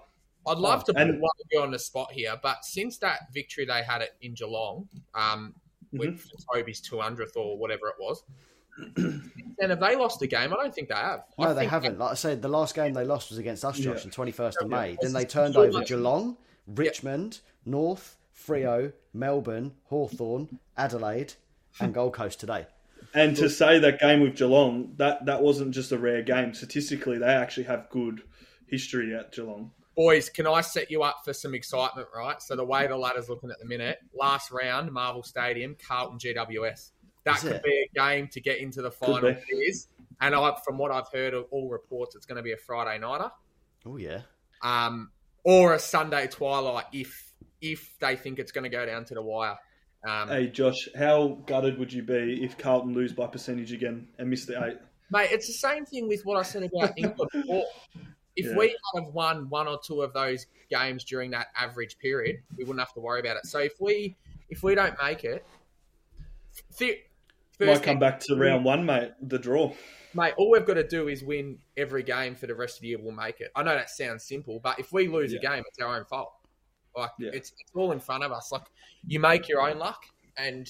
I'd love to and- put one of you on the spot here, but since that victory they had it in Geelong, um, Mm-hmm. with Toby's 200th or whatever it was, and have they lost a game? I don't think they have. I No, they think haven't. Like I said, the last game they lost was against us, Josh, Yeah. on 21st of May. Then It's they just turned so over much. Geelong, Richmond, North, Frio, Melbourne, Hawthorn, Adelaide, and Gold Coast today. And to say that game with Geelong, that, that wasn't just a rare game. Statistically, they actually have good history at Geelong. Boys, can I set you up for some excitement, right? So the way the ladder's looking at the minute, last round, Marvel Stadium, Carlton GWS. That Is could it? be a game to get into the final. be. It is. And I, from what I've heard of all reports, it's going to be a Friday nighter. Oh, yeah. um, or a Sunday twilight if if they think it's going to go down to the wire. Um, Hey, Josh, how gutted would you be if Carlton lose by percentage again and miss the eight? Mate, it's the same thing with what I said about England before. If Yeah. we had have won one or two of those games during that average period, we wouldn't have to worry about it. So if we if we don't make it, th- Might first come back to round one, mate. The draw. mate, all we've got to do is win every game for the rest of the year. We'll make it. I know that sounds simple, but if we lose a game, it's our own fault. Like Yeah. it's, it's all in front of us. Like you make your own luck, and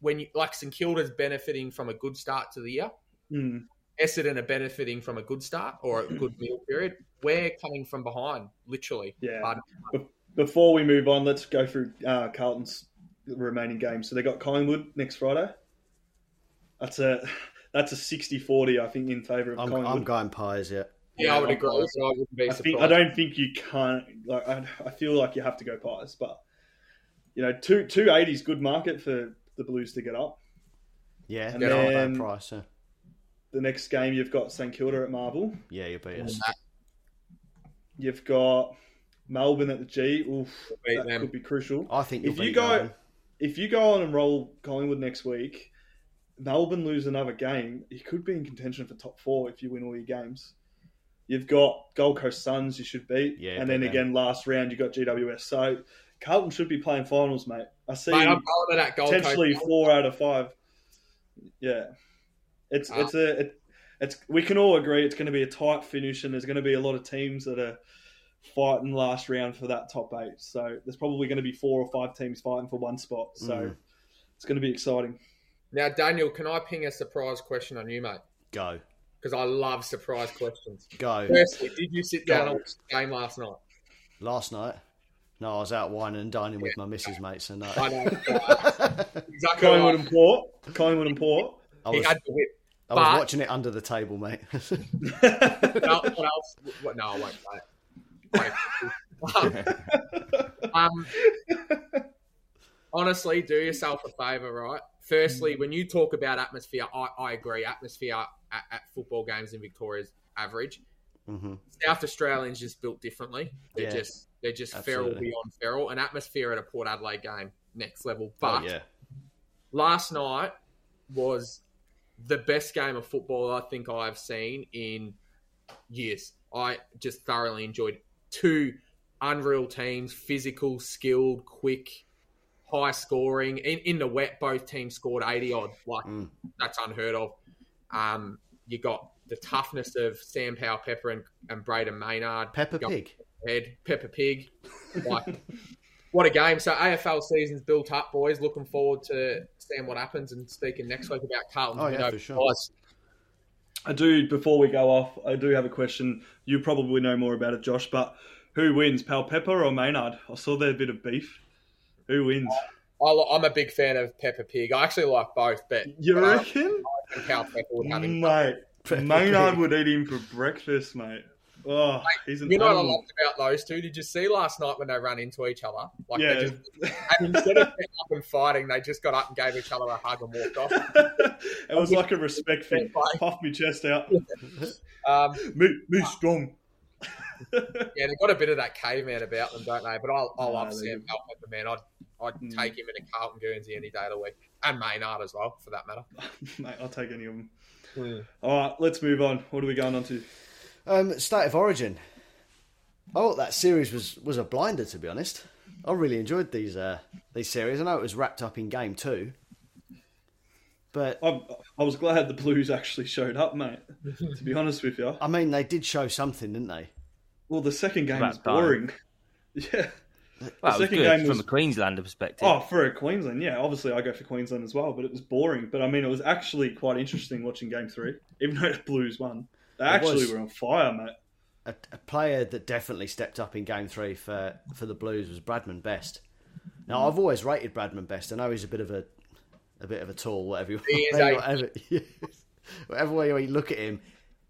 when you like St Kilda's benefiting from a good start to the year, Mm. Essendon are benefiting from a good start or a Hmm. good meal period. We're coming from behind, literally. Yeah. Pardon. Before we move on, let's go through uh, Carlton's remaining games. So they got Collingwood next Friday. That's a that's a 60-40, I think, in favour of I'm, Collingwood. I'm going pies, yeah. Yeah, I would agree. So I wouldn't be I surprised. think I don't think you can't. Like I, I feel like you have to go pies, but you know, two two eighty is good market for the Blues to get up. Yeah, And not a bad then- price, yeah. The next game you've got St Kilda at Marvel. Yeah, you beat us. You've got Melbourne at the G. Oof, Beat that them. could be crucial. I think If you'll you beat go- Melbourne. If you go on and roll Collingwood next week, Melbourne lose another game. You could be in contention for top four if you win all your games. You've got Gold Coast Suns. You should beat. Yeah, and beat then them. again last round you got GWS. So Carlton should be playing finals, mate. I see. Mate, I'm calling it that Gold Coast. potentially four out of five. Yeah, it's Ah. it's a it, it's we can all agree it's going to be a tight finish, and there's going to be a lot of teams that are fighting last round for that top eight. So there's probably going to be four or five teams fighting for one spot. So Mm. it's going to be exciting. Now, Daniel, can I ping a surprise question on you, mate? Go. Because I love surprise questions. Go. Firstly, did you sit Go. down and watch the game last night? Last night? No, I was out whining and dining with my missus, mate, so no. I know. exactly. Collingwood Right. and Port, Collingwood and Port. I He was, had the whip. I was but- watching it under the table, mate. Mm-hmm. No, what else? What, no, I won't play it. Wait. um, honestly, do yourself a favor, right? Firstly, Mm. when you talk about atmosphere, I, I agree. Atmosphere at, at football games in Victoria is average. hmm South Australians just built differently. They're Yeah. just they're just feral Absolutely. beyond feral. And atmosphere at a Port Adelaide game, next level. Oh, But yeah. last night was the best game of football I think I've seen in years. I just thoroughly enjoyed two unreal teams, physical, skilled, quick, high scoring. In, in the wet, both teams scored 80 odd. Like, Mm. that's unheard of. Um, you got the toughness of Sam Powell Pepper and, and Braden Maynard Pepper Yup. Pig. head, Peppa Pig. Like, what a game. So AFL season's built up, boys. Looking forward to seeing what happens and speaking next week about Carlton. Oh, yeah, for sure. I do. Before we go off, I do have a question. You probably know more about it, Josh, but who wins, Pal Pepper or Maynard? I saw there a bit of beef. Who wins? I, am a big fan of Peppa Pig. I actually like both, but You uh, reckon? I think Cal Pepper would have Mm, him. Mate, Pepper Maynard Pig. would eat him for breakfast, mate. Oh, he's an You know um, what I animal. loved about those two? Did you see last night when they ran into each other? Like Yeah. they just and instead of getting up and fighting, they just got up and gave each other a hug and walked off. it was like a respect thing. Like, Puff my chest out. um, Me, me strong. Yeah, they've got a bit of that caveman about them, don't they? But I, I No, love they Sam Culpepper, man. I'd, I'd Mm. take him in a Carlton Guernsey any day of the week. And Maynard as well, for that matter. Mate, I'll take any of them. Mm. All right, let's move on. What are we going on to? Um, State of Origin. I thought that series was, was a blinder, to be honest. I really enjoyed these uh, these series. I know it was wrapped up in game two, but I, I was glad the Blues actually showed up, mate, to be honest with you. I mean, they did show something, didn't they? Well, the second game About was boring. Yeah. Well, it was second good game from was- a Queenslander perspective. Oh, for a Queensland, yeah. Obviously, I go for Queensland as well, but it was boring. But I mean, it was actually quite interesting watching game three, even though the Blues won. They actually was. were on fire, mate. A, a player that definitely stepped up in game three for, for the Blues was Bradman Best. Now, I've always rated Bradman Best. I know he's a bit of a a bit of a tall, whatever you He is eh? whatever, a- whatever way you look at him,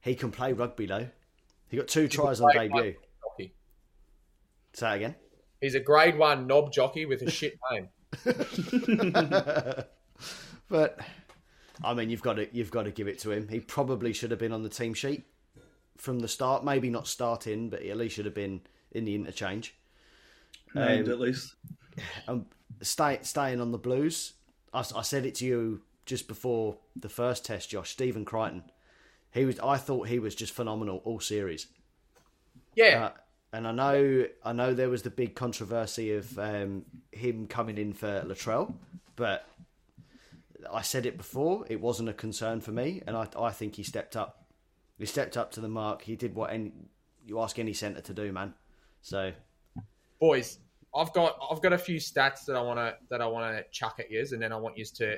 he can play rugby though. He got two tries on play debut. Jockey. Say that again. He's a grade one knob jockey with a shit name. But I mean, you've got to you've got to give it to him. He probably should have been on the team sheet from the start. Maybe not starting, but he at least should have been in the interchange. Named at least. Um, stay, staying on the Blues, I, s- I said it to you just before the first test, Josh. Stephen Crichton, he was. I thought he was just phenomenal all series. Yeah. Uh, and I know, I know there was the big controversy of um, him coming in for Latrell, but I said it before; it wasn't a concern for me, and I, I think he stepped up. He stepped up to the mark. He did what any you ask any centre to do, man. So Boys, I've got I've got a few stats that I want to that I want to chuck at yous, and then I want yous to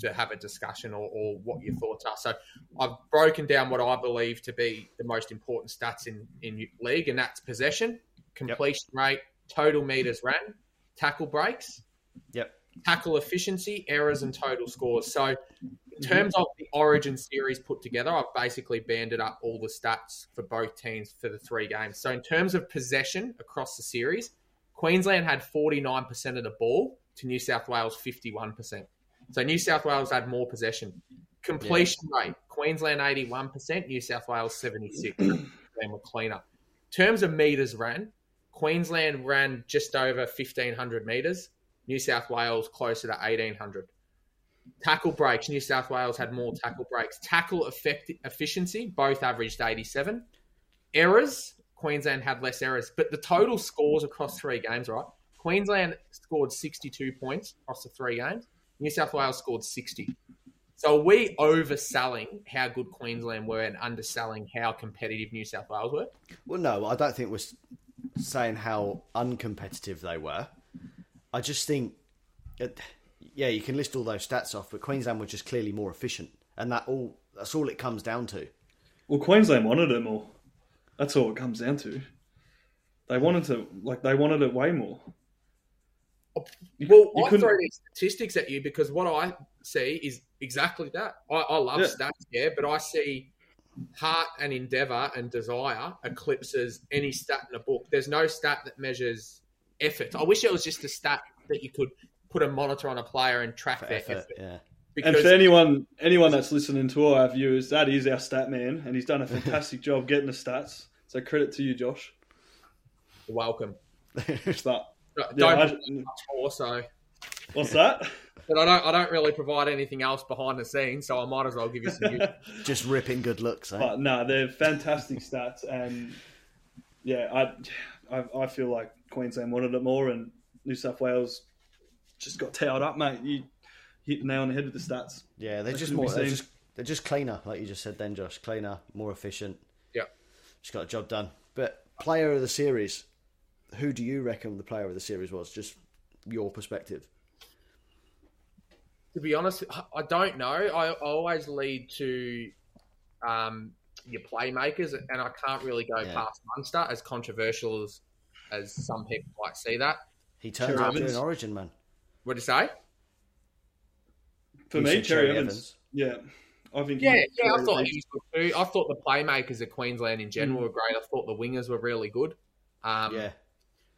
to have a discussion or, or what your thoughts are. So I've broken down what I believe to be the most important stats in in league, and that's possession, completion rate, total meters ran, tackle breaks, Yep. tackle efficiency, errors, and total scores. So, in terms of the Origin series put together, I've basically banded up all the stats for both teams for the three games. So, in terms of possession across the series, Queensland had 49% of the ball to New South Wales 51%. So, New South Wales had more possession. Completion rate Queensland 81%, New South Wales 76 They were cleaner. In terms of meters ran, Queensland ran just over 1,500 meters. New South Wales closer to 1800. Tackle breaks, New South Wales had more tackle breaks. Tackle effect- efficiency, both averaged 87. Errors, Queensland had less errors, but the total scores across three games, right? Queensland scored 62 points across the three games. New South Wales scored 60. So are we overselling how good Queensland were and underselling how competitive New South Wales were? Well, no, I don't think we're s- saying how uncompetitive they were. I just think, that, yeah, you can list all those stats off, but Queensland were just clearly more efficient, and that all that's all it comes down to. Well, Queensland wanted it more. That's all it comes down to. They wanted to, like, they wanted it way more. Well, you I couldn't- throw these statistics at you because what I see is exactly that. I, I love Yeah. stats, yeah, but I see heart and endeavor and desire eclipses any stat in a book. There's no stat that measures effort. I wish it was just a stat that you could put a monitor on a player and track For their effort, effort. yeah. And Because for anyone, anyone that's listening to our viewers, that is our stat man, and he's done a fantastic job getting the stats. So credit to you, Josh. welcome. But Don't yeah, provide I- much more, so what's that? but I don't I don't really provide anything else behind the scenes, so I might as well give you some news. Just ripping good looks, eh? But no, they're fantastic stats, and yeah, I, I I feel like Queensland wanted it more, and New South Wales just got tailed up, mate. You hit the nail on the head with the stats. yeah, they're That just shouldn't be more. They're seen. just, they're just cleaner, like you just said, then Josh. Cleaner, more efficient. yeah. Just got a job done. But player of the series, who do you reckon the player of the series was? Just your perspective. To be honest, I- I don't know. I I always lead to um, your playmakers, and I can't really go Yeah. past Munster, as controversial as, as some people might see that. He turns Sure, up during Evans. Origin, man. What do you say? For You me, said Cherry Cherry Evans. Yeah, I think. he- Yeah, yeah. I Cherry thought Evans. he was good too. I thought the playmakers of Queensland in general were great. I thought the wingers were really good. Um, Mm. yeah,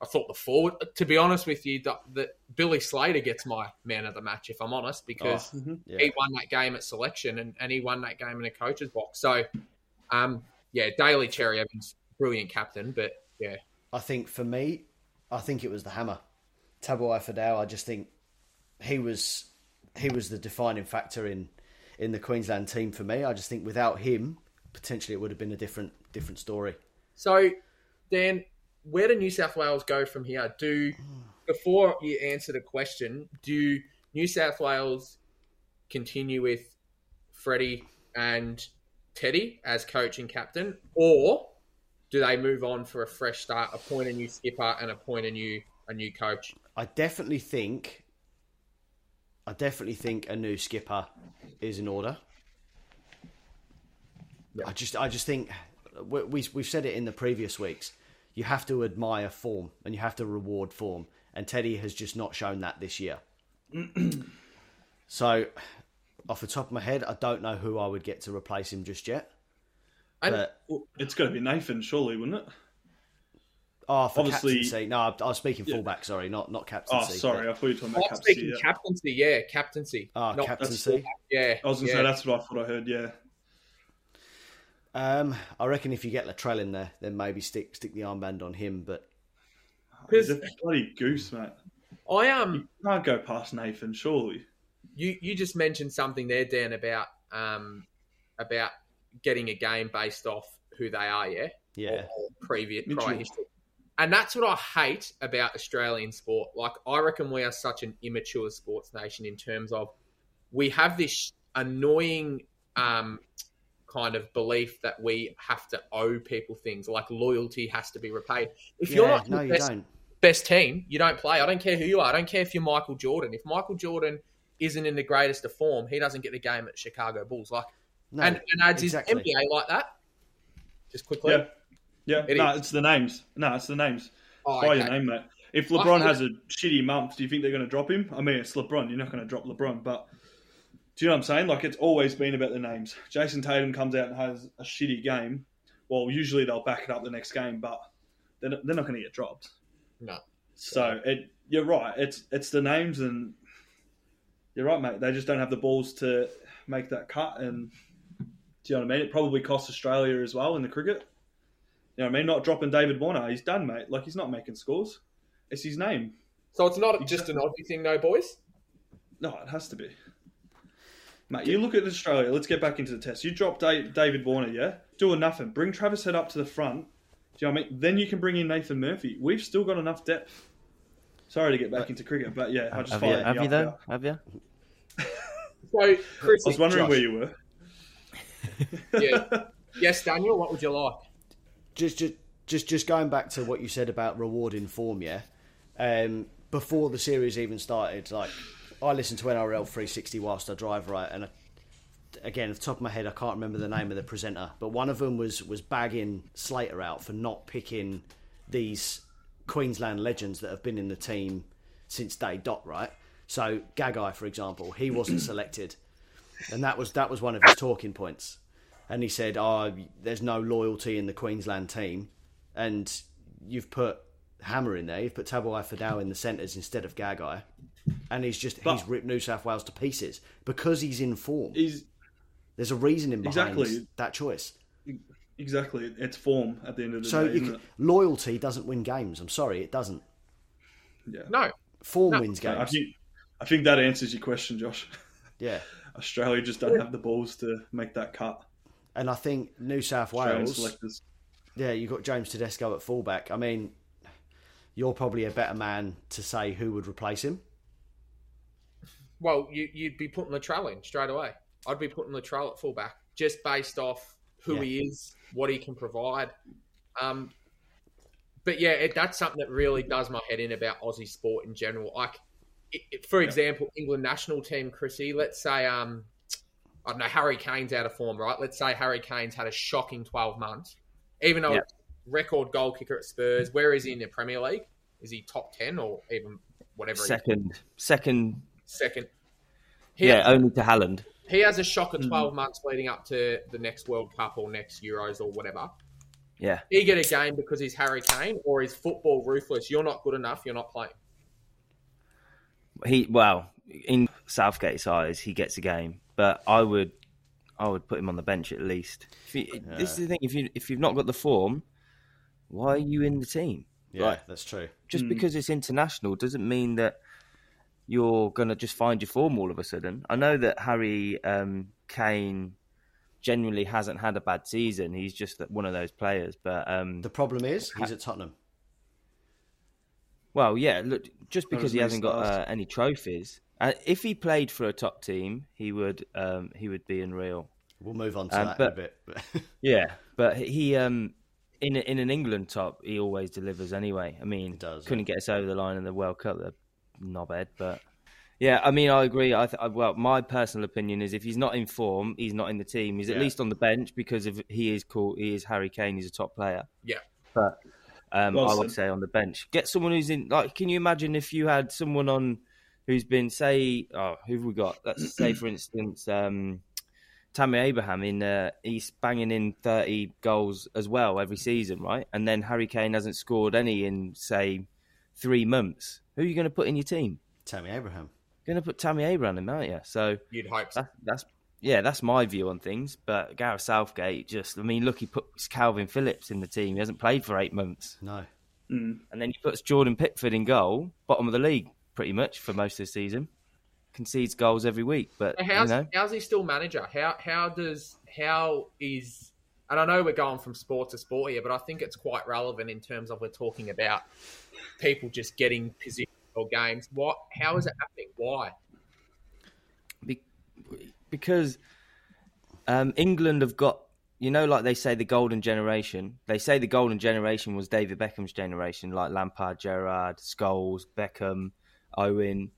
I thought the forward. To be honest with you, that that Billy Slater gets my man of the match, if I'm honest, because yeah. he won that game at selection and, and he won that game in a coach's box. So, um, yeah, Daly Cherry Evans, brilliant captain, but yeah, I think for me, I think it was the hammer. Tabuai Fadao, I just think he was he was the defining factor in in the Queensland team for me. I just think without him, potentially it would have been a different different story. So, Dan, where do New South Wales go from here? Do before you answer the question, do New South Wales continue with Freddie and Teddy as coach and captain, or do they move on for a fresh start, appoint a new skipper, and appoint a new a new coach? I definitely think I definitely think a new skipper is in order. I just I just think we, we we've said it in the previous weeks. You have to admire form and you have to reward form, and Teddy has just not shown that this year. so, off the top of my head, I don't know who I would get to replace him just yet. And But It's got to be Nathan, surely, wouldn't it? oh, for Obviously- captaincy, no, I, I was speaking fullback. Sorry, not not Oh, captaincy. sorry, I thought you were talking about I'm Caps. speaking yeah. captaincy, yeah, captaincy. but- oh, Not- captaincy. yeah. I was gonna yeah. say that's what I thought I heard. Yeah, Um, I reckon if you get Latrell in there, then maybe stick stick the armband on him. But he's a 'Cause bloody goose, mate. I um, Can't go past Nathan, surely. You you just mentioned something there, Dan, about um about getting a game based off who they are, yeah, yeah, Or, or previous Mitchell. prior history. And that's what I hate about Australian sport. Like I reckon we are such an immature sports nation in terms of we have this annoying um, kind of belief that we have to owe people things, like loyalty has to be repaid. If you're yeah, not no, your you best don't. best team, you don't play. I don't care who you are. I don't care if you're Michael Jordan. If Michael Jordan isn't in the greatest of form, he doesn't get the game at Chicago Bulls. Like No, and, and adds exactly. his NBA like that. Just quickly. Yeah, yeah. It no, is. it's the names. No, it's the names. Oh, By your okay. name, mate. If I LeBron feel- has a shitty month, do you think they're going to drop him? I mean, it's LeBron. You're not going to drop LeBron, but do you know what I'm saying? Like it's always been about the names. Jason Tatum comes out and has a shitty game. Well, usually they'll back it up the next game, but they're not, they're not going to get dropped. No. So it, you're right. It's it's the names, and you're right, mate. They just don't have the balls to make that cut. And do you know what I mean? It probably costs Australia as well in the cricket. You know what I mean? Not dropping David Warner. He's done, mate. Like he's not making scores. It's his name. So it's not just an Aussie thing, no, boys. No, it has to be. Mate, you look at Australia. Let's get back into the test. You drop da- David Warner, yeah? Doing nothing. Bring Travis Head up to the front. Do you know what I mean? Then you can bring in Nathan Murphy. We've still got enough depth. Sorry to get back into cricket, but yeah, I just Have you, fired have you up though? there. Have you? So Chris, I was wondering Josh, where you were. yeah. Yes, Daniel, what would you like? just just just just going back to what you said about rewarding form, yeah. Um, before the series even started, like I listened to NRL 360 whilst I drive right, and I, again, off the top of my head, I can't remember the name of the presenter, but one of them was was bagging Slater out for not picking these Queensland legends that have been in the team since day dot, right? So Gagai, for example, he wasn't selected, and that was that was one of his talking points and he said, "Oh, there's no loyalty in the Queensland team," and you've put Hammer in there, you've put Tabuai Fadao in the centres instead of Gagai, and he's just he's But- ripped New South Wales to pieces because he's in form. He's There's a reasoning behind Exactly. that choice. exactly. It's form at the end of the So day. you isn't can, loyalty doesn't win games. I'm sorry, it doesn't. it? Yeah. No. Form wins No, I games. think I think that answers your question, Josh. Yeah, Australia just don't have the balls to make that cut. and I think New South Australian Wales. selectors. Yeah, you've got James Tedesco at fullback. I mean, you're probably a better man to say who would replace him. Well, you, you'd be putting Latrell in straight away. I'd be putting Latrell at fullback just based off who Yeah. he is, what he can provide. Um, but yeah, it, that's something that really does my head in about Aussie sport in general. Like, it, it- for example, England national team, Chrissy. Let's say, um, I don't know, Harry Kane's out of form, right? Let's say Harry Kane's had a shocking twelve months, even though Yeah. record goal kicker at Spurs. Where is he in the Premier League? Is he top ten or even whatever? he- Second, second. second. He Yeah, only to Halland. he has a shock of Hmm. 12 months leading up to the next World Cup or next Euros or whatever. Yeah, He get a game because he's Harry Kane or he's football ruthless. You're not good enough. You're not playing. he. Well, in Southgate's eyes, he gets a game, but I would, I would put him on the bench at least. If you, This is the thing. If you if you've not got the form, why are you in the team? Yeah, Right. that's true. just because it's international doesn't mean that you're going to just find your form all of a sudden. I know that Harry um, Kane generally hasn't had a bad season. He's just one of those players. But, um, The problem is he's at Tottenham. well, yeah, look, just because he many hasn't got stars. uh, any trophies, uh, if he played for a top team, he would um, he would be unreal. We'll move on to Um, that but- in a bit. Yeah, but he um in a, in an England top, he always delivers anyway. I mean, does, yeah. couldn't get us over the line in the World Cup, the knobhead. But yeah, I mean, I agree. I, th- I well, my personal opinion is if he's not in form, he's not in the team. He's at Yeah. least on the bench because if he is cool, he is Harry Kane. He's a top player. Yeah. But um, Well I would said. say on the bench, get someone who's in. Like, can you imagine if you had someone on who's been say, oh, who've we got? Let's say, for instance, um, Tammy Abraham in uh, he's banging in thirty goals as well every season, right? And then Harry Kane hasn't scored any in say three months. Who are you going to put in your team? Tammy Abraham. You're going to put Tammy Abraham in, aren't you? So You'd hope. So. that's, that's yeah, that's my view on things. But Gareth Southgate just, I mean, look, he puts Calvin Phillips in the team. He hasn't played for eight months, No. Mm. and then he puts Jordan Pitford in goal, bottom of the league pretty much for most of the season. Concedes goals every week, but So Uh, you How's, know, how's he still manager? How how does how is and I know we're going from sport to sport here, but I think it's quite relevant in terms of we're talking about people just getting positions or games. What how is it happening? Why? Be- because um, England have got you know, like they say, the golden generation. They say the golden generation was David Beckham's generation, like Lampard, Gerrard, Scholes, Beckham, Owen,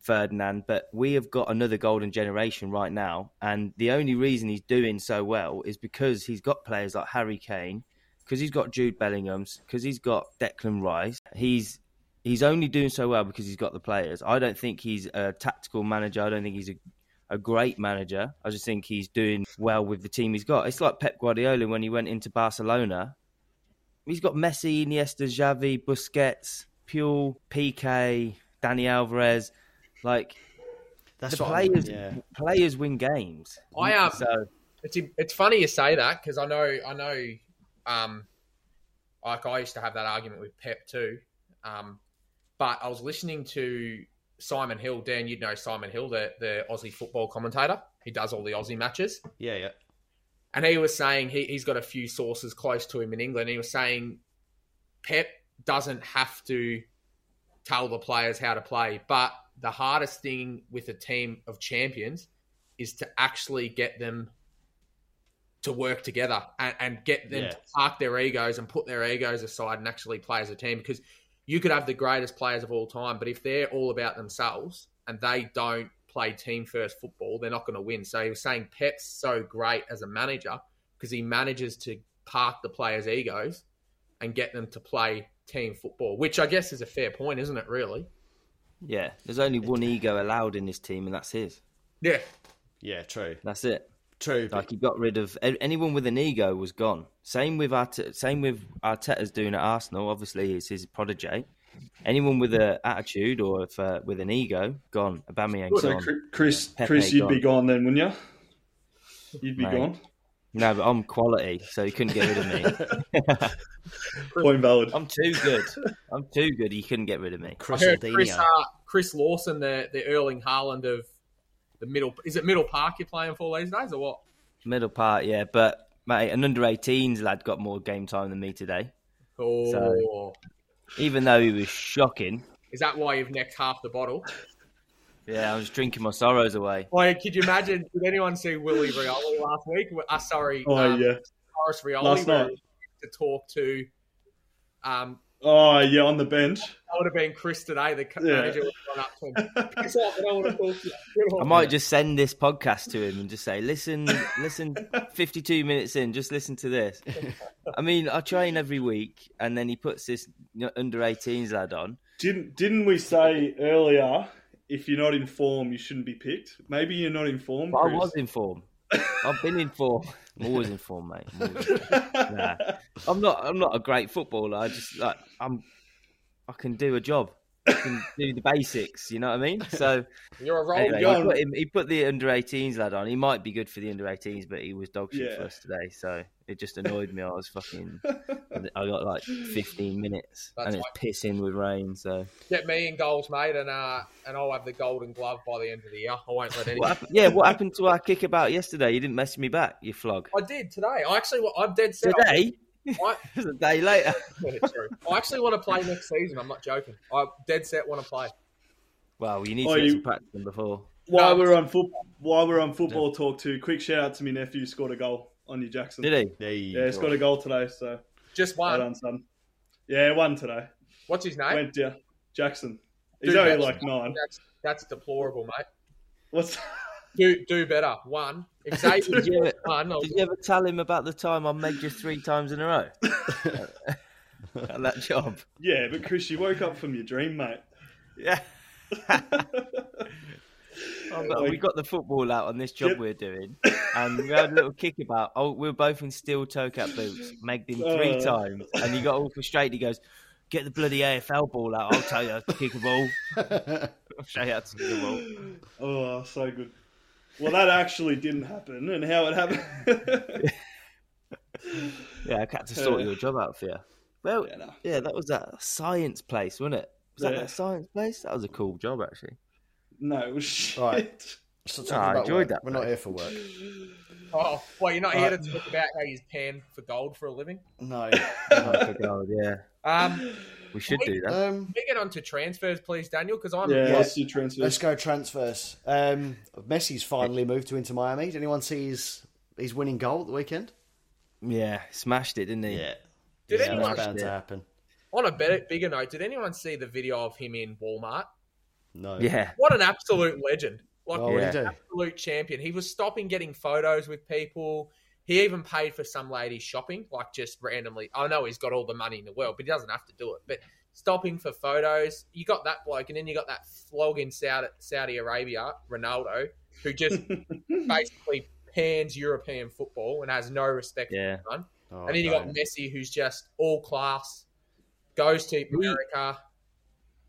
Ferdinand. But we have got another golden generation right now, and the only reason he's doing so well is because he's got players like Harry Kane, because he's got Jude Bellingham's, because he's got Declan Rice. He's he's only doing so well because he's got the players. I don't think he's a tactical manager. I don't think he's a a great manager. I just think he's doing well with the team he's got. It's like Pep Guardiola when he went into Barcelona. He's got Messi, Iniesta, Xavi, Busquets, Puyol, PK, Danny Alvarez. Like That's the what I mean, players, yeah. players win games. I am. So It's it's funny you say that because I know I know, um, like I used to have that argument with Pep too, um, but I was listening to Simon Hill. Dan, you'd know Simon Hill, the the Aussie football commentator. He does all the Aussie matches, Yeah, yeah. and he was saying he he's got a few sources close to him in England. He was saying Pep doesn't have to tell the players how to play, but the hardest thing with a team of champions is to actually get them to work together and, and get them Yeah. to park their egos and put their egos aside and actually play as a team because you could have the greatest players of all time, but if they're all about themselves and they don't play team first football, they're not going to win. So he was saying Pep's so great as a manager because he manages to park the players' egos and get them to play team football, which I guess is a fair point, isn't it, really? yeah, there's only one ego allowed in this team, and that's his. Yeah. Yeah, true. That's it. True. but- Like he got rid of a- anyone with an ego was gone. Same with Arte, same with Arteta's doing at Arsenal. Obviously, it's his protege. Anyone with an attitude or if, uh, with an ego, gone. Aubameyang So gone. Chri- Chris, Pepe Chris, you'd be gone. gone then, wouldn't you? You'd be Mate. gone. no, but I'm quality, so he couldn't get rid of me. Point valid. I'm too good. I'm too good. He couldn't get rid of me. I Chris heard Chris, Aldinio. uh, Chris Lawson, the, the Erling Haaland of the middle. Is it middle park you're playing for these days or what? Middle part, yeah. But mate, an under 18s lad got more game time than me today, Oh, So- even though he was shocking. is that why you've necked half the bottle? Yeah, I was drinking my sorrows away. Like, could you imagine? Did anyone see Willie Rioli last week? Uh, sorry, Oh um, yeah. Horace Rioli Last where night. he to talk to. Um, Oh yeah. On the bench. that would have been Chris today. The co- Yeah. manager would have gone up to him. Piss off, I don't want to talk to you. Get off. I might just send this podcast to him and just say, listen, listen, 52 minutes in, just listen to this. I mean, I train every week, and then he puts this under 18s lad on. Didn't didn't we say earlier? If you're not in form, you shouldn't be picked. Maybe you're not in form. But I Chris. was in form. I've been in form. I'm always in form, mate. I'm, always in form. Nah. I'm not. I'm not a great footballer. I just like I'm. I can do a job. I can do the basics. You know what I mean? So You're a role anyway, go he, on. put him, he put the under 18s lad on. He might be good for the under 18s, but he was dog shit Yeah. for us today. So it just annoyed me. I was fucking. I got like 15 minutes, and That's it's pissing with rain. So Get me in goals, mate, and uh, and I'll have the golden glove by the end of the year. I won't let any. what happened, yeah, what happened to our kick about yesterday? You didn't message me back. You flog. I did today. I actually, wa- I'm dead set. Today, I, it was a day later. I actually want to play next season. I'm not joking. I dead set want to play. Well, you need to Oh, get you- some practice than before. While we're on foot, while we're on football talk, too. Quick shout out to my nephew. Scored a goal on you, Jackson. Did he? Ah. There you Yeah, he scored a goal today. So Just well one. done, son. Yeah, one today. What's his name? Went down. Jackson. He's Dude, only that's- like nine. That's, that's deplorable, mate. What's Do do better. One. If Xavier Did you, one, Oh, I'll- did you ever tell him about the time I megged you three times in a row? At that job. Yeah, but Chris, you woke up from your dream, mate. Yeah. But we got the football out on this job Yep. we're doing, and we had a little kick about. Oh, we were both in steel toe cap boots, megged him three Oh. times, and he got all frustrated. He goes, "Get the bloody AFL ball out! I'll tell you how to kick a ball. I'll show you how to kick a ball." Oh, so good. Well, that actually didn't happen, and how it happened. Yeah, I had to sort your job out for you. Well, Yeah, yeah, no. that was that science place, wasn't it? Was that Yeah. that science place? That was a cool job, actually. no shit. Right. So talking No, I about enjoyed work, that, We're not though. here for work. oh, well, you're not here to Uh, talk about how he's panned for gold for a living. No. Oh, God, yeah, Um, we should do Uh. that. um, we get on to transfers, please, Daniel, because I'm. Yeah, that's your transfer. let's go transfers. Um, Messi's finally moved to Inter Miami. Did anyone see his his winning goal at the weekend? Yeah, smashed it, didn't he? Yeah. Did yeah, anyone- that's bound to happen. On a better, bigger note, did anyone see the video of him in Walmart? No. Yeah. What an absolute legend! Like Oh, what did he do? absolute champion. He was stopping getting photos with people. He even paid for some lady shopping, like just randomly. I know he's got all the money in the world, but he doesn't have to do it. But stopping for photos, you got that bloke, and then you got that flog in Saudi, Saudi Arabia, Ronaldo, who just basically pans European football and has no respect Yeah. for anyone. Oh, And then you no. got Messi, who's just all class, goes to America.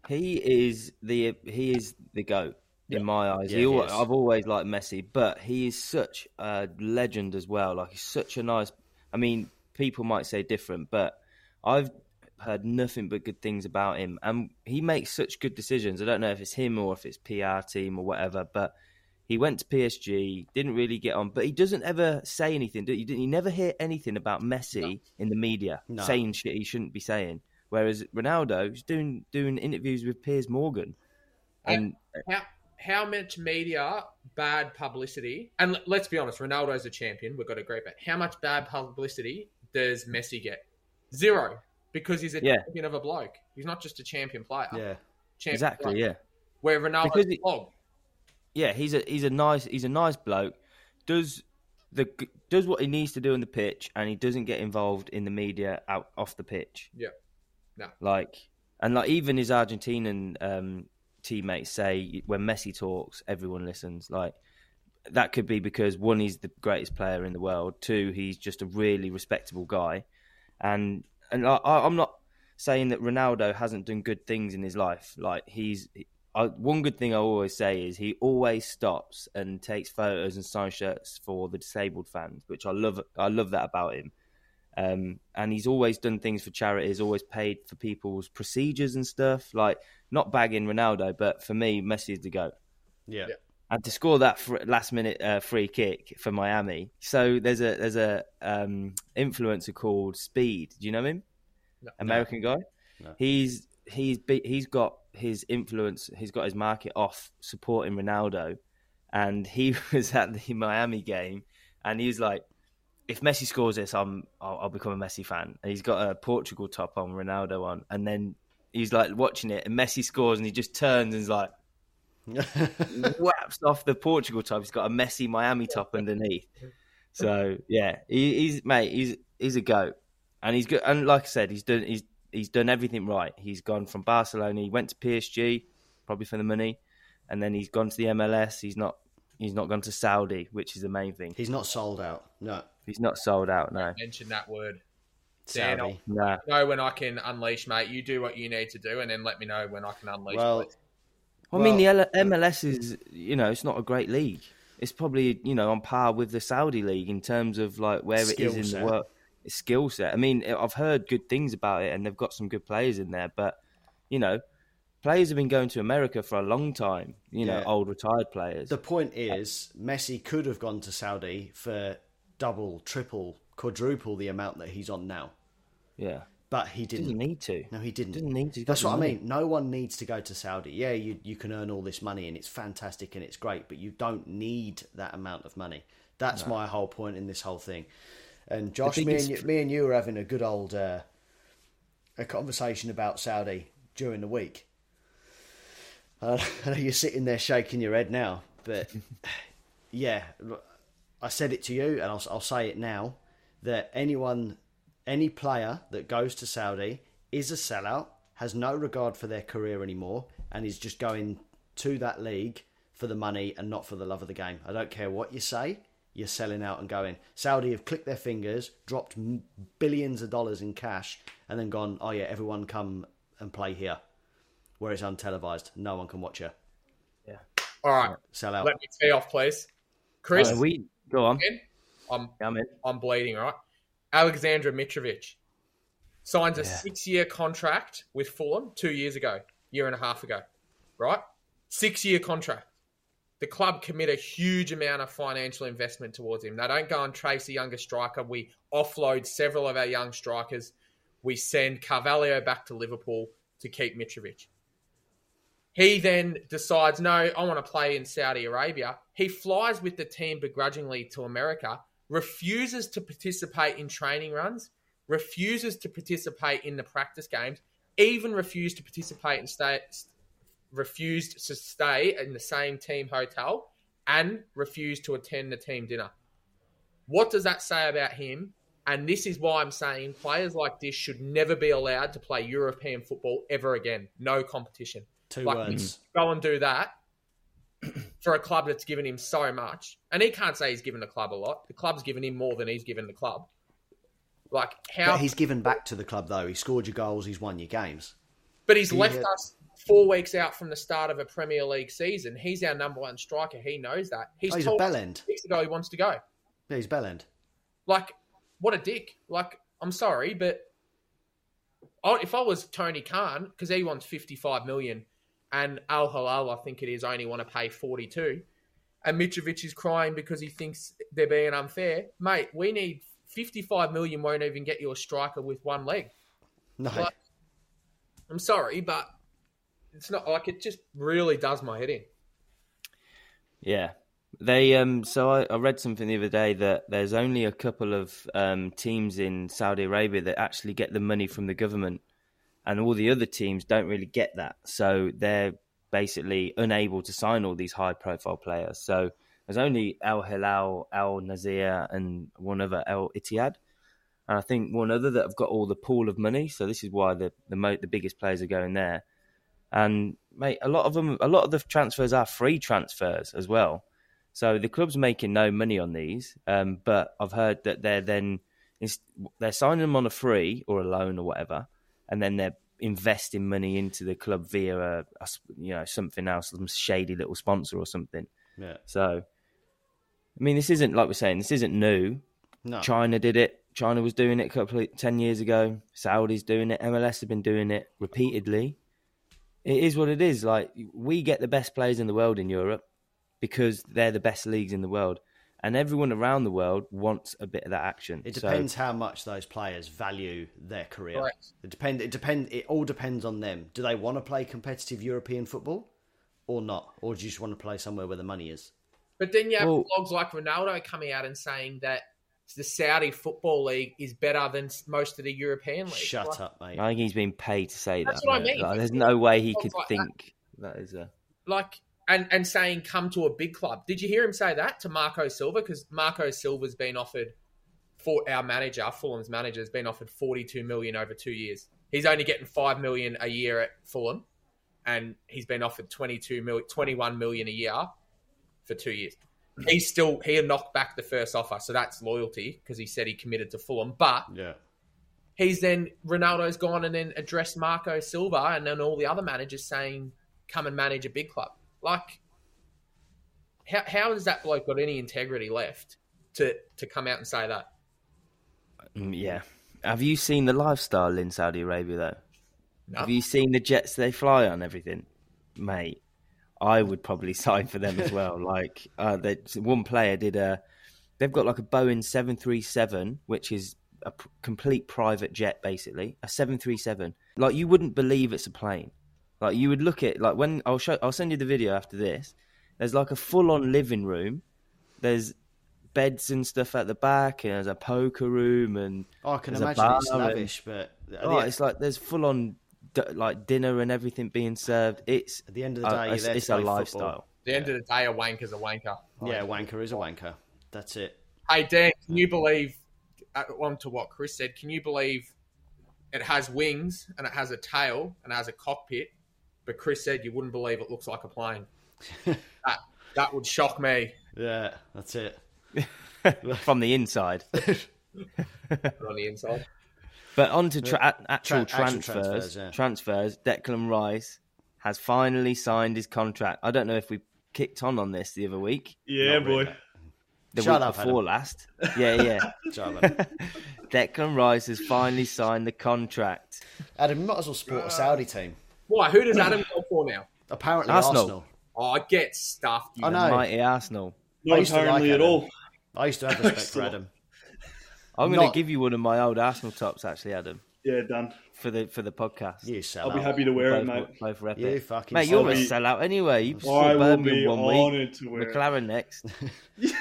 He is the he is the goat in my eyes. Yeah, he he al- is. I've always liked Messi, but he is such a legend as well. Like he's such a nice. I mean, people might say different, but I've heard nothing but good things about him, and he makes such good decisions. I don't know if it's him or if it's PR team or whatever, but he went to PSG, didn't really get on, but he doesn't ever say anything. Do you? Didn't- You never hear anything about Messi in the media No. saying shit he shouldn't be saying. Whereas Ronaldo is doing doing interviews with Piers Morgan, and How how much media bad publicity? And l- let's be honest, Ronaldo's a champion. We've got to agree. But how much bad publicity does Messi get? Zero, because he's a Yeah. champion of a bloke. He's not just a champion player. Yeah. Champion exactly, player. yeah, Where Because Ronaldo's he- flog. yeah. He's a he's a nice he's a nice bloke. Does the does what he needs to do on the pitch, and he doesn't get involved in the media out off the pitch. Yeah. No. Like and like even his Argentinian um, teammates say when Messi talks, everyone listens. Like that could be because one, he's the greatest player in the world. Two, he's just a really respectable guy. And and I, I- I'm not saying that Ronaldo hasn't done good things in his life. Like he's I, one good thing I always say is he always stops and takes photos and signs shirts for the disabled fans, which I love. I love that about him. Um, and he's always done things for charities, always paid for people's procedures and stuff. Like not bagging Ronaldo, but for me, Messi is the goat. Yeah. Yeah. And to score that fr- last minute uh, free kick for Miami, so there's a there's a um, influencer called Speed. Do you know him? No. American guy. No. He's he's be- he's got his influence. He's got his market off supporting Ronaldo, and he was at the Miami game, and he was like, "If Messi scores this, I'm I'll, I'll become a Messi fan." And he's got a Portugal top on, Ronaldo on, and then he's like watching it, and Messi scores, and he just turns and is like whaps off the Portugal top. He's got a messy Miami top underneath. So yeah, he, he's mate. He's he's a goat, and he's good. And like I said, he's done he's he's done everything right. He's gone from Barcelona. He went to PSG, probably for the money, and then he's gone to the MLS. He's not he's not gone to Saudi, which is the main thing. He's not sold out. No. He's not sold out. No, Mention that word. Dan, Saudi. nah. Know when I can unleash, mate. You do what you need to do, and then let me know when I can unleash. Well, please. I mean, the L- MLS is you know it's not a great league. It's probably you know on par with the Saudi league in terms of like where Skill it is in set. the work skill set. I mean, I've heard good things about it, and they've got some good players in there. But you know, players have been going to America for a long time. You know, Yeah. old retired players. The point is, Messi could have gone to Saudi for double, triple, quadruple the amount that he's on now, yeah, but he didn't. didn't need to. No, he didn't. Didn't need to. He's got That's the what I money. mean. No one needs to go to Saudi. Yeah, you you can earn all this money and it's fantastic and it's great, but you don't need that amount of money. That's my whole point in this whole thing. And Josh, me and biggest- you, me and you were having a good old uh, a conversation about Saudi during the week. Uh, I know you're sitting there shaking your head now, but yeah, look, I said it to you, and I'll, I'll say it now that anyone, any player that goes to Saudi is a sellout, has no regard for their career anymore, and is just going to that league for the money and not for the love of the game. I don't care what you say, you're selling out and going. Saudi have clicked their fingers, dropped m- billions of dollars in cash, and then gone, oh yeah, everyone come and play here, where it's untelevised. No one can watch you. all right. Sell out. Let me tee off, please. Chris, Uh, we go on. I'm Yeah, I'm in. I'm bleeding, right? Alexandra Mitrovic signs a six year contract with Fulham two years ago, year and a half ago, right? Six year contract. The club commit a huge amount of financial investment towards him. They don't go and trace a younger striker. We offload several of our young strikers. We send Carvalho back to Liverpool to keep Mitrovic. He then decides, no, I want to play in Saudi Arabia. He flies with the team begrudgingly to America refuses to participate in training runs, refuses to participate in the practice games, even refused to participate and stay refused to stay in the same team hotel and refused to attend the team dinner. What does that say about him? And this is why I'm saying players like this should never be allowed to play European football ever again. No competition. Two Like, words. Go and do that for a club that's given him so much. And he can't say he's given the club a lot. The club's given him more than he's given the club. Like how But he's given back to the club though. He scored your goals. He's won your games. But he's He left had- us four weeks out from the start of a Premier League season. He's our number one striker. He knows that. He's, Oh, he's a told us bellend. weeks ago he wants to go. Yeah, he's bellend. Like, what a dick. Like, I'm sorry, but I, if I was Tony Khan, because he wants 55 million, and Al Hilal, I think it is, only want to pay 42, and Mitrovic is crying because he thinks they're being unfair. Mate, we need 55 million. Won't even get you a striker with one leg. No, Like, I'm sorry, but it's not like it just really does my head in. Yeah. They um so I, I read something the other day that there's only a couple of um teams in Saudi Arabia that actually get the money from the government and all the other teams don't really get that. So they're basically unable to sign all these high profile players. So there's only Al Hilal, Al Nazir and one other Al Ittihad. And I think one other that have got all the pool of money, so this is why the the, mo- the biggest players are going there and mate, a lot of them, a lot of the transfers are free transfers as well. So the club's making no money on these, um, but I've heard that they're then ins- they're signing them on a free or a loan or whatever, and then they're investing money into the club via a, a s- you know something else, some shady little sponsor or something. yeah, So, I mean, this isn't like we're saying this isn't new. no. Uh, China did it. China was doing it a couple of, 10 years ago. Saudi's doing it. MLS have been doing it repeatedly. It is what it is. Like we get the best players in the world in Europe because they're the best leagues in the world. And everyone around the world wants a bit of that action. It So- depends how much those players value their career. Correct. It depend. It depend. It all depends on them. Do they want to play competitive European football, or not? Or do you just want to play somewhere where the money is? But then you have Well- blogs like Ronaldo coming out and saying that the Saudi Football League is better than most of the European leagues. Shut Like- up, mate. I think he's been paid to say That's that. what I mate. mean. Like, there's no way he could Like that. think that is a. Like, and, and saying come to a big club. Did you hear him say that to Marco Silva? Because Marco Silva's been offered for our manager, Fulham's manager, has been offered forty-two million over two years. He's only getting five million a year at Fulham, and he's been offered 22 mil, 21 million a year for two years. He's still he knocked back the first offer, so that's loyalty because he said he committed to Fulham. But Yeah. he's then Ronaldo's gone and then addressed Marco Silva and then all the other managers saying, "Come and manage a big club." Like, how how has that bloke got any integrity left to to come out and say that? Mm, Yeah. Have you seen the lifestyle in Saudi Arabia though? No. Have you seen the jets they fly on? Everything, mate. I would probably sign for them as well. like, uh, they, one player did a. They've got like a Boeing seven three seven, which is a p- complete private jet, basically a seven three seven. Like you wouldn't believe it's a plane. Like you would look at like when I'll show I'll send you the video after this. There's like a full on living room. There's beds and stuff at the back, and there's a poker room and Oh, I can There's a imagine it's bar and- lavish, but at, Oh, the, it's like there's full on like dinner and everything being served. It's at the end of the uh, day, you're it's, there to it's a play football. lifestyle. At the end of the day, a wanker's a wanker. Yeah, wanker is a wanker. That's it. Hey Dan, can you believe? uh, On to what Chris said, can you believe it has wings and it has a tail and it has a cockpit? But Chris said you wouldn't believe it looks like a plane. that, that would shock me. Yeah, that's it. from the inside. on the inside. But on to tra- Tra- actual actual, transfers. transfers, transfers, yeah. Declan Rice has finally signed his contract. I don't know if we kicked on on this the other week, Yeah, Not boy. really. the Shut week up, before Adam. last. Yeah, yeah. Jarvan. Declan Rice has finally signed the contract. Adam, you might as well support a Saudi team. Why? Who does Adam go for now? Apparently, Arsenal. Arsenal. Oh, I get stuffed. You I know. Mighty Arsenal. I Not used to like homely at Adam. all. I used to have respect for Arsenal. Adam. I'm going Not- to give you one of my old Arsenal tops, actually, Adam. Yeah, done. for the for the podcast. You I'll sell be out. happy to wear both, it, mate. both rep You it. fucking Mate, you're I'll a be- sellout anyway. You I saw will be Birmingham one week, honoured to wear it. McLaren next.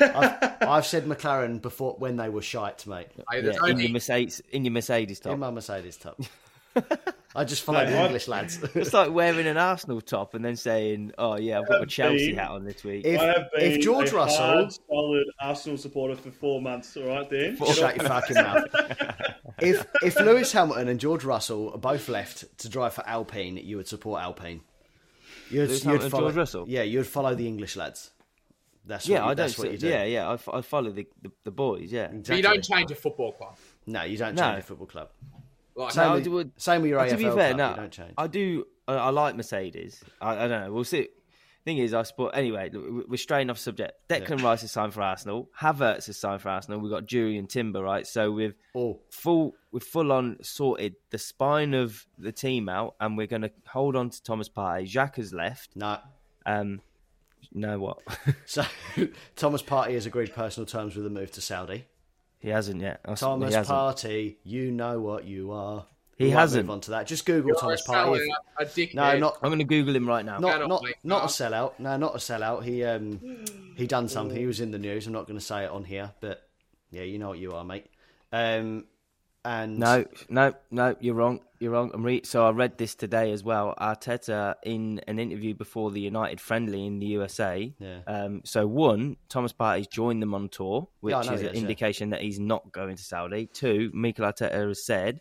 I've said McLaren before when they were shite, mate. Hey, yeah, there's in your only, Mercedes, in your Mercedes top. In my Mercedes top. I just follow Mate, the I- English lads. It's like wearing an Arsenal top and then saying, "Oh yeah, I've got my Chelsea hat on this week." If, I have been if George a Russell, hard, solid Arsenal supporter for four months. All right, Dan. Shut shut up. your fucking mouth. If if Lewis Hamilton and George Russell are both left to drive for Alpine, you would support Alpine. You'd, Lewis Hamilton and George Russell? Yeah, you'd follow the English lads. That's yeah, what, you- I don't. That's what see- you do. Yeah, yeah, I, f- I follow the, the, the boys. Yeah, but you don't change a football club. No, you don't change No. your football club. Like, Same, I with, would- same with your But AFL to be fair, club. no, you don't change. I do. I, I like Mercedes. I, I don't know. We'll see. Thing is, I support anyway. we- We're straying off subject. Declan Rice is signed for Arsenal. Havertz is signed for Arsenal. We've got Jury and Timber, right? So we've Oh, full we've full on sorted the spine of the team out, and we're going to hold on to Thomas Partey. Jacques has left. no. Um, no, what So Thomas Party has agreed personal terms with a move to Saudi. he hasn't yet. I s- Thomas he hasn't. Party, you know what you are. He We won't hasn't. Move on to that. Just Google You're a Thomas Party. sellout, a dickhead. No, not I'm going to Google him right now. not Get off not, me. not a sellout. No, not a sellout. He um he Mm. done something. He was in the news. I'm not going to say it on here, but yeah, you know what you are, mate. Um, and No, no, no, you're wrong. You're wrong. I'm re- so I read this today as well. Arteta in an interview before the United friendly in the USA. Yeah. Um, so one, Thomas Partey's joined them on tour, which Yeah, I know is he an is, yeah. indication that he's not going to Saudi. Two, Mikel Arteta has said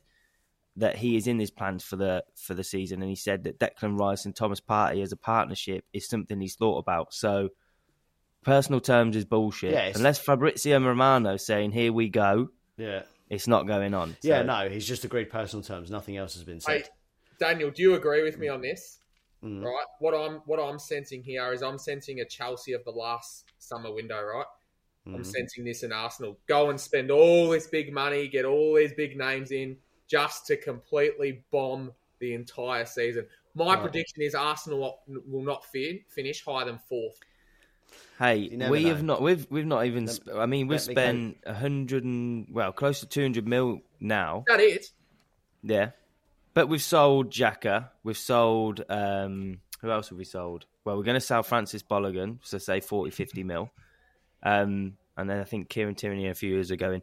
that he is in his plans for the for the season, and he said that Declan Rice and Thomas Partey as a partnership is something he's thought about. So personal terms is bullshit. Yeah, it's- Unless Fabrizio Romano saying "Here we go," yeah, it's not going on. So- yeah, no, he's just agreed personal terms. Nothing else has been said. Mm. Hey, Daniel, do you agree with me on this? Right. What I'm what I'm sensing here is I'm sensing a Chelsea of the last summer window. Right. I'm Mm. sensing this in Arsenal. Go and spend all this big money, get all these big names in, just to completely bomb the entire season. My Right. prediction is Arsenal will not fin- finish higher than fourth. Hey, never we know. have not. We've we've not even. Sp- I mean, we've let me spent a hundred and well, close to two hundred mil now. That it. Yeah, but we've sold Jacka. We've sold. um Who else have we sold? Well, we're going to sell Francis Bolligan, so say 40, 50 mil. Um, and then I think Kieran Tierney a few years ago. In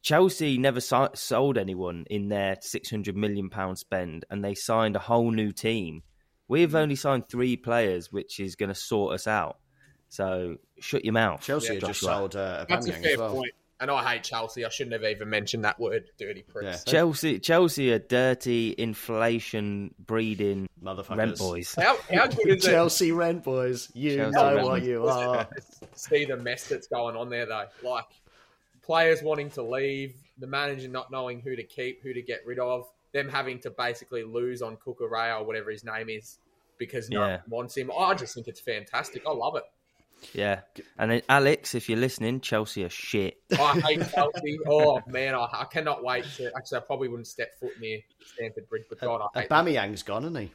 Chelsea never si- sold anyone in their six hundred million pound spend, and they signed a whole new team. We've only signed three players, which is going to sort us out. So shut your mouth. Chelsea have just Joshua. sold uh, That's a Aubameyang fair as well. point. And I hate Chelsea. I shouldn't have even mentioned that word, dirty pricks. Chelsea, Chelsea are dirty inflation breeding Motherfuckers. rent boys. How, how good is it? Chelsea Oh. rent boys, you Chelsea know rent what boys. you are. see the mess that's going on there though. Like players wanting to leave, the manager not knowing who to keep, who to get rid of, them having to basically lose on Kukurea or whatever his name is because no Yeah. one wants him. I just think it's fantastic. I love it. Yeah, and then Alex, if you're listening, Chelsea are shit. I hate Chelsea. Oh man, I, I cannot wait to. Actually, I probably wouldn't step foot near Stanford Bridge, but God, I hate. them. Aubameyang's gone, isn't he?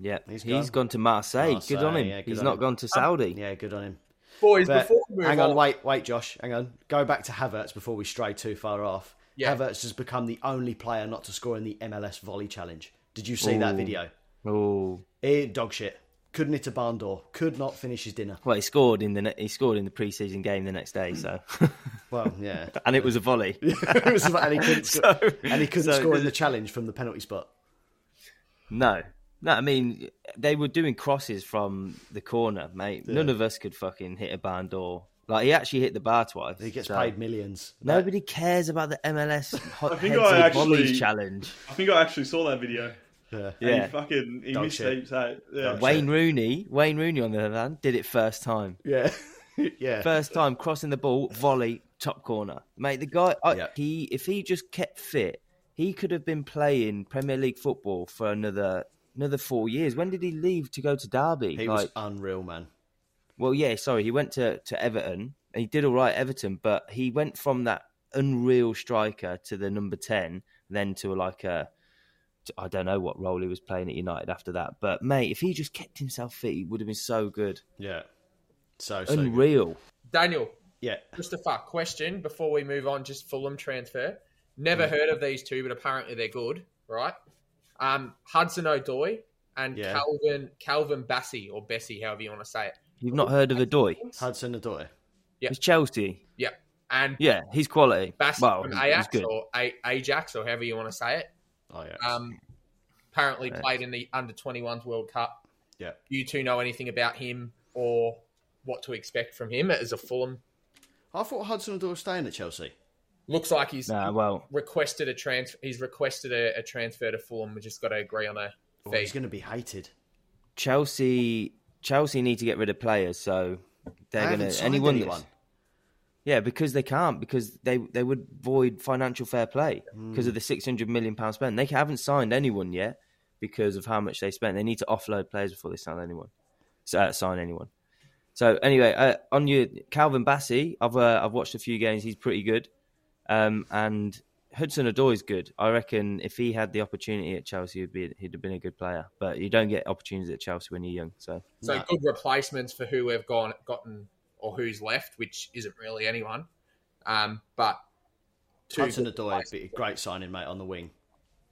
Yeah, He's he's gone. gone, to Marseille. Good on Marseille, him. yeah, good he's on not him. gone to Saudi. Yeah, good on him. Boys, But before we move hang on, wait, wait, Josh, hang on. Go back to Havertz before we stray too far off. Yeah. Havertz has become the only player not to score in the MLS volley challenge. Did you see that Ooh. video? Oh, Eh, dog shit. Couldn't hit a barn door. Could not finish his dinner. well, he scored in the ne- he scored in the preseason game the next day. So, Well, yeah. and it was a volley. It was about- and he couldn't, score, So- and he couldn't so score in the this- challenge from the penalty spot. No, no, I mean they were doing crosses from the corner, mate. None of us could fucking hit a barn door. Like he actually hit the bar twice. He gets so- paid millions. Nobody cares about the MLS hot think heads I and actually- volleys challenge. I think I actually saw that video. Yeah. And Yeah. He fucking he Dog missed shit. heaps. Hey, yeah. Wayne Rooney, Wayne Rooney on the other hand, did it first time. Yeah. yeah. First time crossing the ball, volley, top corner. Mate, the guy, I, Yeah. he if he just kept fit, he could have been playing Premier League football for another another four years. When did he leave to go to Derby? he was like, unreal, man. well, yeah, sorry, he went to to Everton and he did all right at Everton, but he went from that unreal striker to the number ten, then to like a. to- I don't know what role he was playing at United after that, but mate, if he just kept himself fit, he would have been so good, Yeah. So, so good. unreal. Daniel, Yeah. Christopher, question before we move on, just Fulham transfer. Mm. Never heard of these two, but apparently they're good, right? Um, Hudson O'Doy and Yeah. Calvin Calvin Bassie or Bessie, however you want to say it. You've not heard of Adoy? Hudson Adoy. Yeah. It's Chelsea. Yep. And Yeah, he's quality. Bassie well, from he's Ajax good. or A- Ajax or however you want to say it. Oh yeah. Um, apparently Right. played in the under 21s World Cup. Yeah. You two know anything about him or what to expect from him as a Fulham? I thought Hudson Adoy was staying at Chelsea. Looks like he's Nah, well, requested a transfer. He's requested a, a transfer to Fulham. We just got to agree on a Oh, fee. he's going to be hated. Chelsea Chelsea need to get rid of players, so They they're haven't gonna signed anyone. that's- anyone. Yeah, because they can't because they they would void financial fair play because of the six hundred million pound spent. They haven't signed anyone yet because of how much they spent. They need to offload players before they sign anyone. So, uh, sign anyone. So anyway, uh, on your Calvin Bassey, I've uh, I've watched a few games. He's pretty good, um, and Hudson Odoi is good. I reckon if he had the opportunity at Chelsea, he'd be he'd have been a good player. But you don't get opportunities at Chelsea when you're young. So So No. good replacements for who have gone gotten or who's left, which isn't really anyone. Um, but two Hudson good Adoy, replacements. be a great signing, mate, on the wing.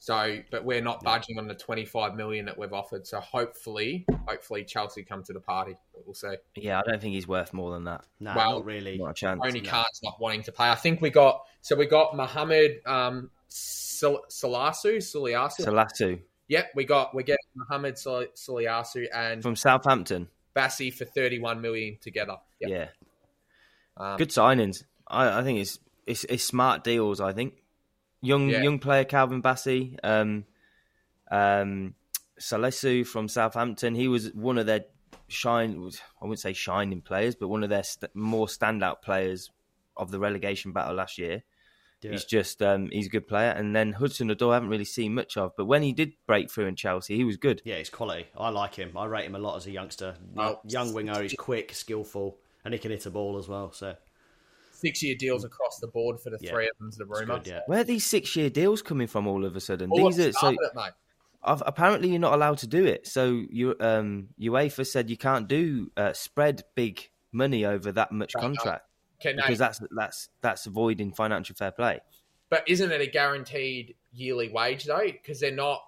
So, but we're not budging on the twenty-five million that we've offered. So hopefully, hopefully Chelsea come to the party. But we'll see. yeah, I don't think he's worth more than that. No, Well, not really. Not a chance. Tony No. Khan's not wanting to play. I think we got so we got Mohamed um, Sil- Salasu, Saliasu. Salatu yep, we got we get Mohamed Sil- Saliasu and from Southampton. Bassi for thirty-one million together. Yep. Yeah, Um, good signings. I, I think it's, it's it's smart deals. I think young Yeah. young player Calvin Bassey, um, um, Salisu from Southampton. He was one of their shine. was- I wouldn't say shining players, but one of their st- more standout players of the relegation battle last year. Yeah. He's just um, he's a good player. And then Hudson Odoi, I haven't really seen much of, but when he did break through in Chelsea, he was good. Yeah, he's quality. I like him. I rate him a lot as a youngster. Oh. Young winger. He's quick, skillful, and he can hit a ball as well. So six-year deals across the board for the Yeah. three of them's the it's rumor. good. Yeah. Where are these six year deals coming from all of a sudden? All these are so. started it, mate. I've, apparently you're not allowed to do it. So you, um, UEFA said you can't do uh, spread big money over that much Right, no. contract Can they- because that's that's that's avoiding financial fair play. But isn't it a guaranteed yearly wage though? Because they're not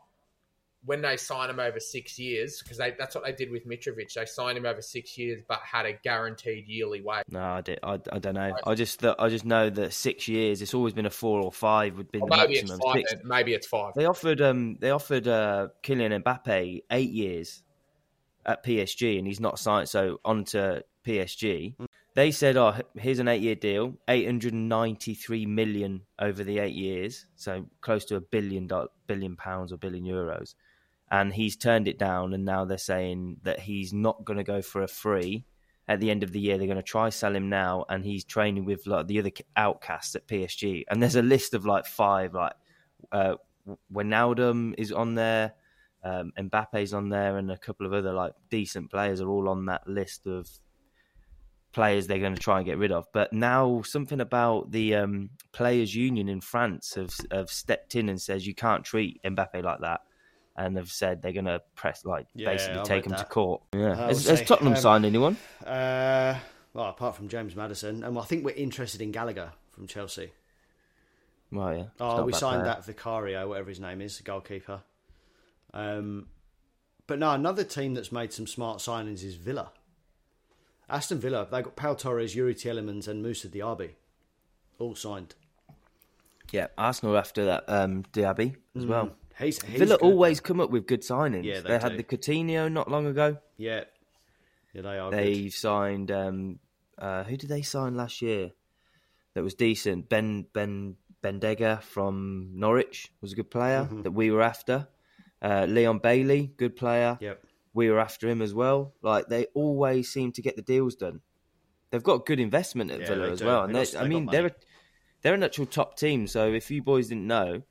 when they sign him over six years. Because they that's what they did with Mitrovic. They signed him over six years, but had a guaranteed yearly wage. No, I, did, I, I don't know. I just th- I just know that six years. It's always been a four or five would be the Or maybe it's maximum. five. Six- then. Maybe it's five. They offered um they offered uh Kylian Mbappe eight years at PSG and he's not signed so on to PSG. They said, "Oh, h- here's an eight-year deal, 893 million over the eight years, so close to a billion do- billion pounds or billion euros." And he's turned it down, and now they're saying that he's not going to go for a free at the end of the year. They're going to try sell him now, and he's training with like the other c- outcasts at PSG. And there's a list of like five, like uh, Wijnaldum is on there, um, Mbappe's on there, and a couple of other like decent players are all on that list of players they're going to try and get rid of. But now something about the um, players' union in France have have stepped in and says you can't treat Mbappe like that. And have said they're going to press, like Yeah, basically I take read him to that. court. Yeah, I has, would has say, Tottenham um, signed anyone? Uh, well, apart from James Madison, and I think we're interested in Gallagher from Chelsea. Right, yeah. It's not Oh, a we bad signed player. that Vicario, whatever his name is, goalkeeper. Um, but no, another team that's made some smart signings is Villa. Aston Villa, they got Pal Torres, Yuri Tielemans, and Musa Diaby, all signed. Yeah, Arsenal after that um, Diaby Mm. as well. He's, he's Villa good. always come up with good signings. Yeah, they they had do. the Coutinho not long ago. yeah, yeah, they are. good. They've signed. Um, uh, who did they sign last year? That was decent. Ben Ben Bendega from Norwich was a good player Mm-hmm. that we were after. Uh, Leon Bailey, good player. Yep. We were after him as well. Like they always seem to get the deals done. They've got good investment at Yeah, Villa they as do. well, They and got- they, they I got mean money. they're a, they're an actual top team. So if you boys didn't know,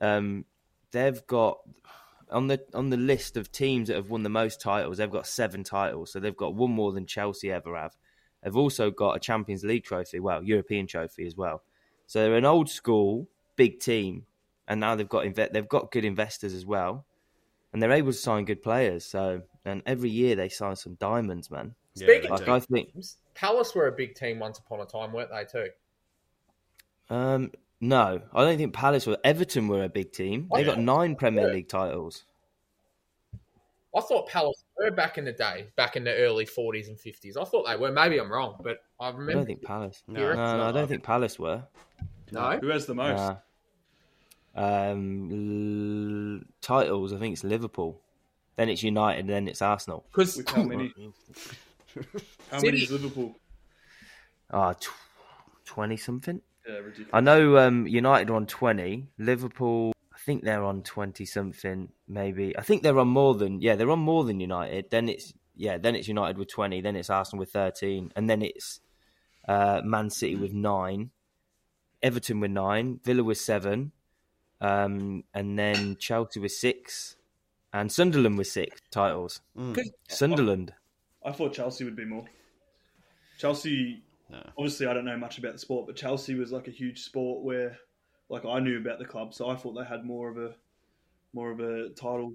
um, they've got on the on the list of teams that have won the most titles, they've got seven titles. So they've got one more than Chelsea ever have. They've also got a Champions League trophy, well, European trophy as well. So they're an old school big team, and now they've got inve- they've got good investors as well, and they're able to sign good players. So and every year they sign some diamonds, man. Yeah, Speaking they Like do. I think Palace were a big team once upon a time, weren't they too? Um, No, I don't think Palace were. Everton were a big team. They got nine Premier League titles. I thought Palace were back in the day, back in the early 40s and 50s. I thought they were. Maybe I'm wrong, but I I remember. don't think Palace. No. No, no, I don't think Palace were. No. Who has the most? Nah. Um, l- titles. I think it's Liverpool. Then it's United. Then it's Arsenal. Because With how many? how many is City. Liverpool? Ah, tw- twenty something. Yeah, ridiculous. I know um, United are on 20. Liverpool, I think they're on 20 something, maybe. I think they're on more than, yeah, they're on more than United. Then it's, yeah, then it's United with 20. Then it's Arsenal with 13. And then it's uh, Man City with nine, Everton with nine, Villa with seven, um, and then Chelsea with six, and Sunderland with six titles. Sunderland. I thought Chelsea would be more. Chelsea, No. obviously, I don't know much about the sport, but Chelsea was like a huge sport where, like, I knew about the club, so I thought they had more of a, more of a title.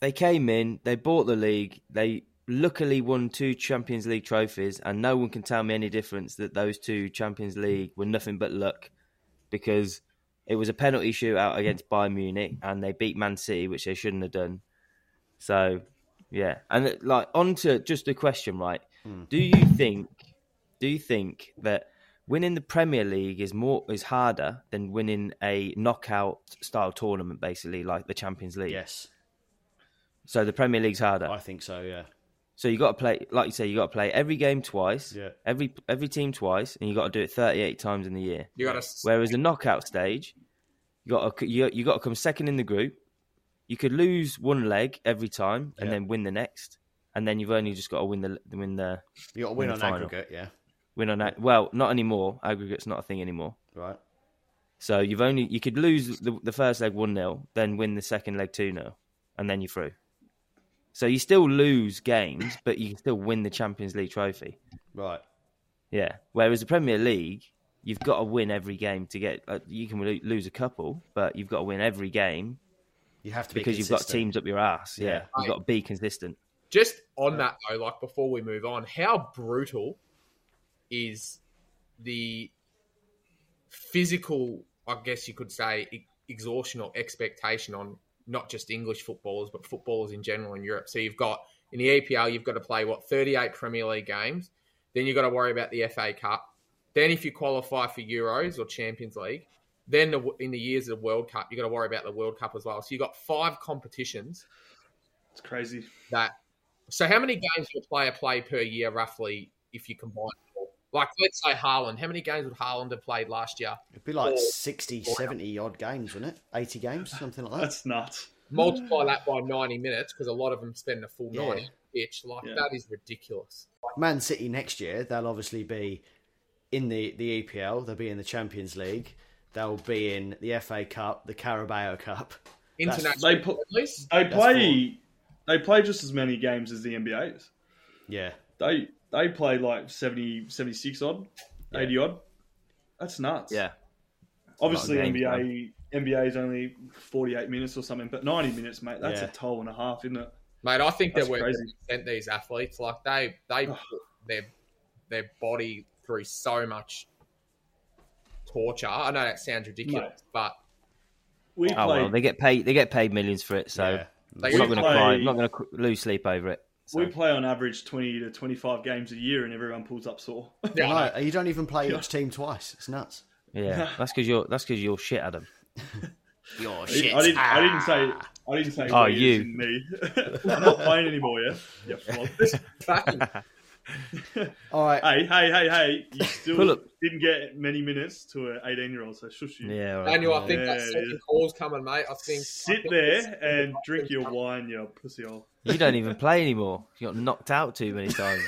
They came in, they bought the league, they luckily won two Champions League trophies, and no one can tell me any difference that those two Champions League were nothing but luck because it was a penalty shootout against Bayern Munich and they beat Man City, which they shouldn't have done. So, yeah. And it- like, on to just a question, right? Do you think, do you think that winning the Premier League is more, is harder than winning a knockout style tournament, basically, like the Champions League? Yes, So the Premier League's harder. I think so. Yeah, So you got to play, like you say, you got to play every game twice. Yeah. Every every team twice, and you got to do it thirty-eight times in the year. you got to. Whereas the knockout stage, you got to you, you got to come second in the group. You could lose one leg every time, and Yeah. then win the next, and then you've only just got to win the win the you got to win the on final. aggregate. Yeah, win on that. Well, not anymore. Aggregate's not a thing anymore. right. So you've only you could lose the, the first leg one 0 then win the second leg two 0 and then you're through. So you still lose games, but you can still win the Champions League trophy. Right. Yeah. Whereas the Premier League, you've got to win every game to get. Like, you can lo- lose a couple, but you've got to win every game You have to be because you've got consistent. teams up your ass. Yeah. Yeah. You've got to be consistent. Just on that though, like before we move on, how brutal is the physical? I guess you could say e- exhaustion or expectation on not just English footballers, but footballers in general in Europe. So you've got in the EPL, you've got to play what thirty-eight Premier League games. Then you've got to worry about the FA Cup. Then if you qualify for Euros or Champions League, then the, in the years of the World Cup, you've got to worry about the World Cup as well. So you've got five competitions It's crazy. that. So, how many games would a player play per year, roughly, if you combine? it all? Like, let's say Haaland. How many games would Haaland have played last year? Mm. It'd be like Or- 60, 70 odd games, wouldn't it? 80 games, something like that. That's nuts. Multiply that by 90 minutes because a lot of them spend a full Yeah. 90 on the pitch. Like, Yeah. that is ridiculous. Man City next year, they'll obviously be in the, the EPL, they'll be in the Champions League, they'll be in the FA Cup, the Carabao Cup. That's- International. they put- friendlies, They That's play, they play just as many games as the NBA's. Yeah. They they play like 70, 76 odd, eighty odd. That's nuts. Yeah. Obviously, Not a game NBA NBA is only forty eight minutes or something, but ninety minutes, mate. That's Yeah. a toll and a half, isn't it? Mate, I think they're That's worth crazy. sent these athletes. Like, they, they put their, their body through so much torture. I know that sounds ridiculous, but We Oh played. well, they get paid. They get paid millions for it. So yeah. they I'm not We going to play- cry. I'm not going to lose sleep over it. So. We play on average twenty to twenty five games a year, and everyone pulls up sore. Yeah, I know. No, you don't even play each team twice. It's nuts. yeah, that's because you're that's because you're shit, Adam. Your I didn't, I didn't I didn't say. Ah. I didn't say. Oh, we, you. it's me. I'm not playing anymore. Yeah. Yeah. fuck. Fucking- All right. hey, hey, hey, hey! You still Pull up. didn't get many minutes to an eighteen year old, so shush you. Yeah. all right. Daniel, I think that Yeah, second yeah. call's coming, mate. I think I Sit think it's- there and drink your wine, you pussy hole. You don't even play anymore. You got knocked out too many times.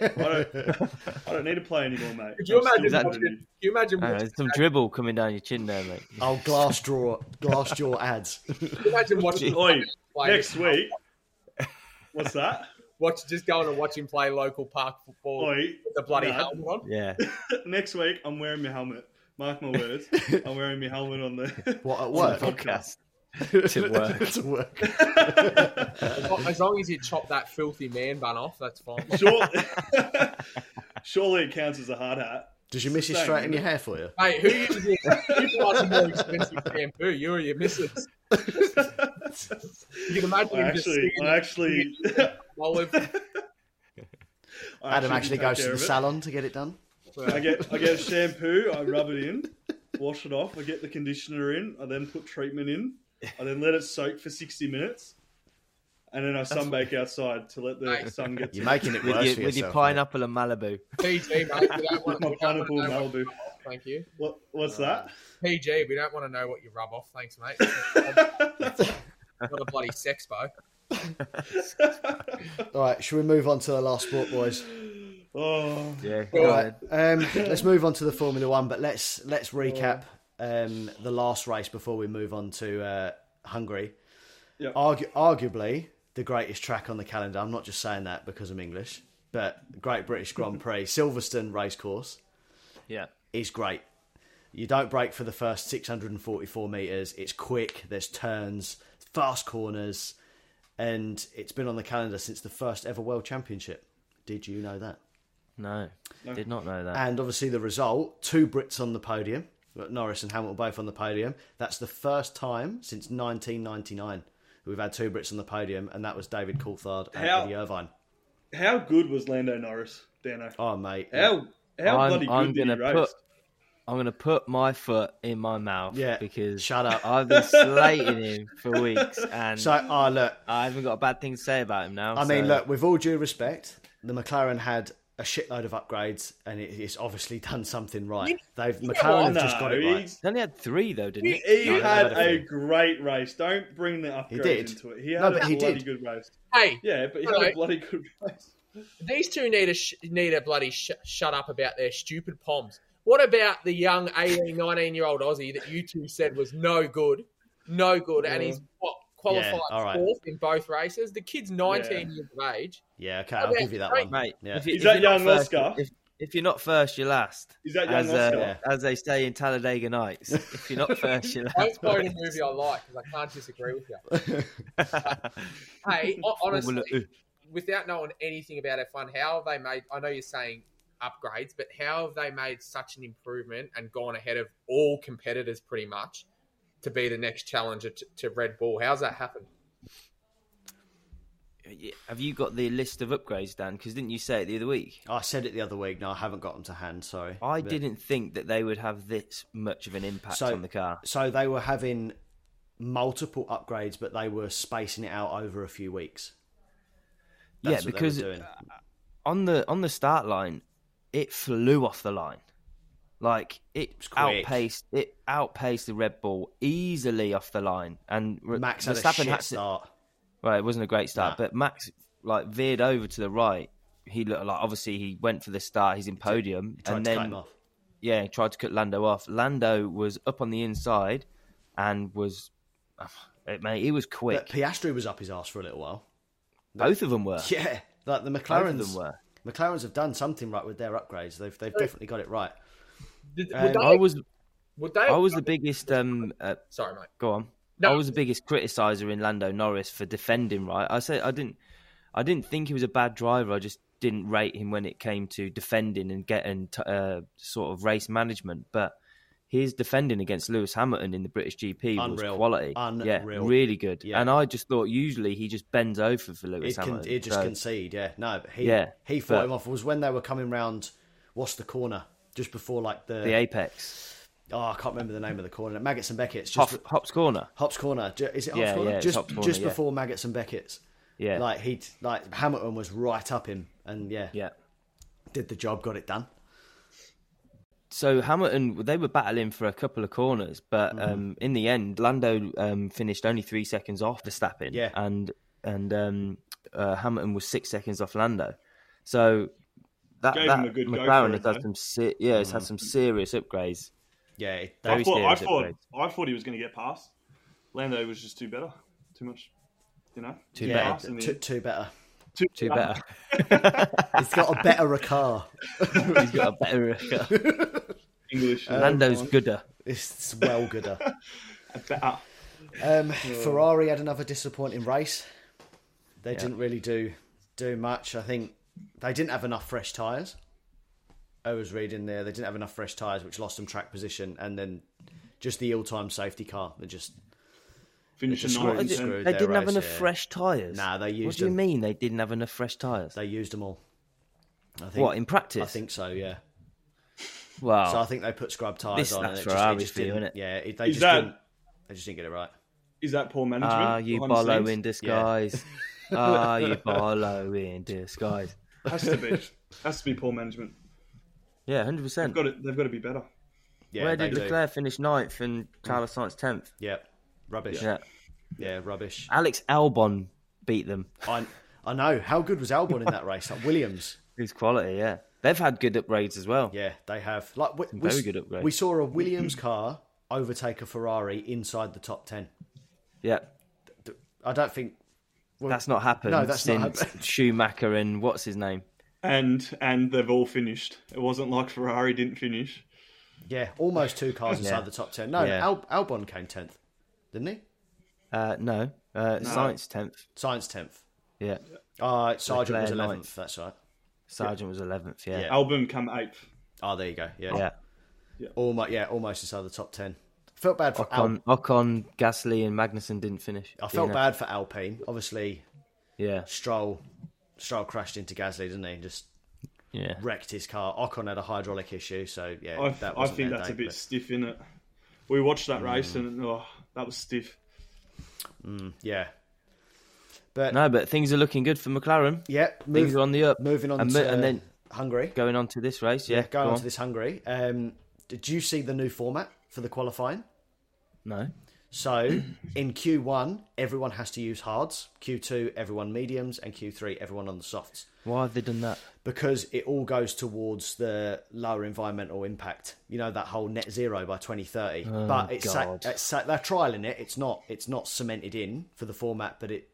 I don't, I don't need to play anymore, mate. Could you I'm still imagine? that- better watching, than you. can you imagine, Hang on, watching, there's some dribble coming down your chin there, mate. Oh, glass draw, glass jaw ads. can you imagine watching Oi, play next week. What's that? watch just going and watch him play local park football Oi, with the bloody nah. helmet on. Yeah. next week I'm wearing my helmet. Mark my words, I'm wearing my helmet on the. What at on the work? podcast. To work. to work. As long- As long as you chop that filthy man bun off, that's fine. Sure, surely it counts as a hard hat. Does your missus Same, straighten isn't your hair for you? Hey, who uses it? Who buys the more expensive shampoo? You or your missus? You can imagine I him just actually, sitting I there actually, olive. I Adam actually do take goes to care the of it. salon to get it done. I get, I get shampoo. I rub it in, wash it off. I get the conditioner in. I then put treatment in. I then let it soak for sixty minutes, and then I sunbake outside to let the Nice. sun get. You're to it. making it with, worse your, for with your yourself. pineapple and Malibu. PG, mate. We don't want, my we don't want pineapple to know what, Malibu. thank you. What, what's PG, we don't want to know what you rub off. Thanks, mate. that? Not a bloody sex bow. All right, should we move on to the last sport, boys? oh, Yeah, Go All right, um, let's move on to the Formula One, but let's let's recap um, the last race before we move on to uh, Hungary. Yep. Argu- arguably the greatest track on the calendar. I'm not just saying that because I'm English, but Great British Grand Prix, Silverstone Racecourse yeah. is great. You don't break for the first 644 meters. It's quick. There's turns, fast corners, and it's been on the calendar since the first ever World Championship. Did you know that? No, did not know that. And obviously, the result two Brits on the podium, We've got Norris and Hamilton both on the podium. That's the first time since 1999 we've had two Brits on the podium, and that was David Coulthard and How- Eddie Irvine. how good was Lando Norris, Dano? Oh, mate. How how I'm- bloody good I'm did he gonna race? put- I'm gonna put my foot in my mouth. Yeah, because shut up. I've been slating him for weeks, and So, oh, look, I haven't got a bad thing to say about him now. I mean, so- look, with all due respect, the McLaren had a shitload of upgrades, and it, it's obviously done something right. They've McLaren have no, just got it he- right. He only had three though, didn't He, he? he No, he had had a a few. great race. Don't bring the did. upgrades into it. He No, had a but he bloody did. good race. Hey, Yeah, but he No, had no. a bloody good race. these two need a sh- need a bloody sh- shut up about their stupid poms. What about the young 18, 19 year old Aussie that you two said was no good, no good, and he's what, qualified Yeah, all right. fourth in both races? The kid's 19 years of age. Yeah, okay, I'll Okay, give you that great, one. Mate, Yeah. if you- He's if that you're not young first- Oscar. If, if you're not first, you're last. Is that young As, Oscar? uh, as they say in Talladega Nights, if you're not first, you're Don't last. quote a movie I like because I can't disagree with you. Hey, o- uh, honestly, without knowing anything about F1, how have they made? I know you're saying upgrades, but how have they made such an improvement and gone ahead of all competitors pretty much to be the next challenger to, to Red Bull? How's that happened? uh, Have you got the list of upgrades, Dan? Because didn't you say it the other week? I said it the other week. No, I haven't got them to hand. Sorry, I But- didn't think that they would have this much of an impact So- on the car. So they were having multiple upgrades, but they were spacing it out over a few weeks. That's yeah, what they were because uh, doing. on the on the start line, it flew off the line. Like it quick. outpaced it outpaced the Red Bull easily off the line, and Re- Max had a Verstappen shit had to- start. Well, it wasn't a great start, Nah. but Max like veered over to the right. He looked like obviously he went for the start. He's in podium, Tried and to then cut him off. yeah, he tried to cut Lando off. Lando was up on the inside, and was it, mate, he was quick. But Piastri was up his ass for a little while. Both of them were. Yeah, like the Both of McLarens. them were. McLarens have done something right with their upgrades. They've they've definitely got it right. Did, Um, would, they, I was would they? I was the biggest um uh, sorry, mate. Go on. No. I was the biggest criticizer in Lando Norris for defending right. I say I didn't I didn't think he was a bad driver. I just didn't rate him when it came to defending and getting t- uh, sort of race management. But his defending against Lewis Hamilton in the British GP Unreal. was quality. Yeah, Unreal. really good. Yeah. And I just thought usually he just bends over for Lewis It can Hamilton. it just So, concede. Yeah, no, but he Yeah, he fought but- him off. It was when they were coming round. What's the corner? Just before like the, the apex. oh I can't remember the name of the corner. Maggots and Beckett's just Hop, Hop's corner. Hops Corner. Ju- Is it Hops Yeah, Corner? yeah, it's just Hops Corner, just yeah. before Maggots and Beckett's. Yeah. Like he like Hamilton was right up him and yeah, yeah. did the job, got it done. so Hamilton they were battling for a couple of corners, but Mm-hmm. um, in the end, Lando um, finished only three seconds off Verstappen, Yeah. and and um, uh, Hamilton was six seconds off Lando. So that, Gave that him a good go McLaren for has it, had though. Mm-hmm. some se- yeah, it's had some serious upgrades. Yeah, it- Very I thought, I serious thought, upgrades. I thought he was going to get past. Lando was just too better, too much, you know. Too yeah, better. in the two, end. two better. Too better. He's got a better car. He's got a better. uh, English. uh, Lando's gooder. It's well gooder. better. Um, Ferrari had another disappointing race. They didn't really do do much. I think they didn't have enough fresh tyres. I was reading there they didn't have enough fresh tyres, which lost some track position, and then just the ill-timed safety car that just Finish It's a a ninth. They They, screw- instead. screwed their didn't have race, enough yeah. fresh tyres. Nah, they What used do you them. mean they didn't have enough fresh tyres? they used them all. I think, What in practice? I think so, yeah. Wow. So Oh. I think they put scrub tyres This- on. and that's it just, Ferrari it just for you, didn't- innit? Yeah, it, they Is just that- didn't. They just didn't get it right. Is that Uh, poor management? Ah, you behind the Barlow in scenes? disguise. Ah, you Barlow in disguise. Has to be. Has to be poor management. Yeah, hundred They've percent. got to, they've got to be better. Yeah, Where they did do. Leclerc finish ninth and Carlos Sainz tenth? Yeah, rubbish. Yeah. yeah rubbish. Alex Albon beat them. I, I know. How good was Albon in that race? Like Williams. Who's quality? Yeah, they've had good upgrades as well. Yeah, they have. Like we, we, very s- good upgrades. We saw a Williams car overtake a Ferrari inside the top ten. Yeah, I don't think. that's not happened No, that's since not happened. Schumacher and what's his name? And and they've all finished. It wasn't like Ferrari didn't finish. Yeah, almost two cars inside Yeah. the top ten. No, Yeah. Al- Albon came tenth, didn't he? Uh, no, uh, Sainz tenth. Science tenth. Yeah, Uh, Sargent was Leclerc eleventh. ninth. That's right. Sargent was eleventh. Yeah. Yeah. yeah, Albon come eighth. Oh, there you go. Yeah, Almost, yeah, almost inside the top ten. Felt bad for Al- Ocon, Ocon, Gasly, and Magnussen didn't finish. I felt Yeah. bad for Alpine. Obviously, Yeah, Stroll, Stroll crashed into Gasly, didn't he? And just yeah. wrecked his car. Ocon had a hydraulic issue, so yeah, I, that I wasn't think their that's a day, bit but- stiff in it. We watched that race and oh, that was stiff. Yeah. But No, but things are looking good for McLaren. yeah, Things move, are on the up. moving on and, mo- to and then Hungary. going on to this race. Yeah, Going go on to this Hungary. Um, did you see the new format for the qualifying? No. So in Q1, everyone has to use hards. Q2, everyone mediums, and Q3, everyone on the softs. Why have they done that? because it all goes towards the lower environmental impact. You know that whole net zero by 2030. but it's, sa- Oh, God. it's sa- they're trialing it. It's not it's not cemented in for the format, but it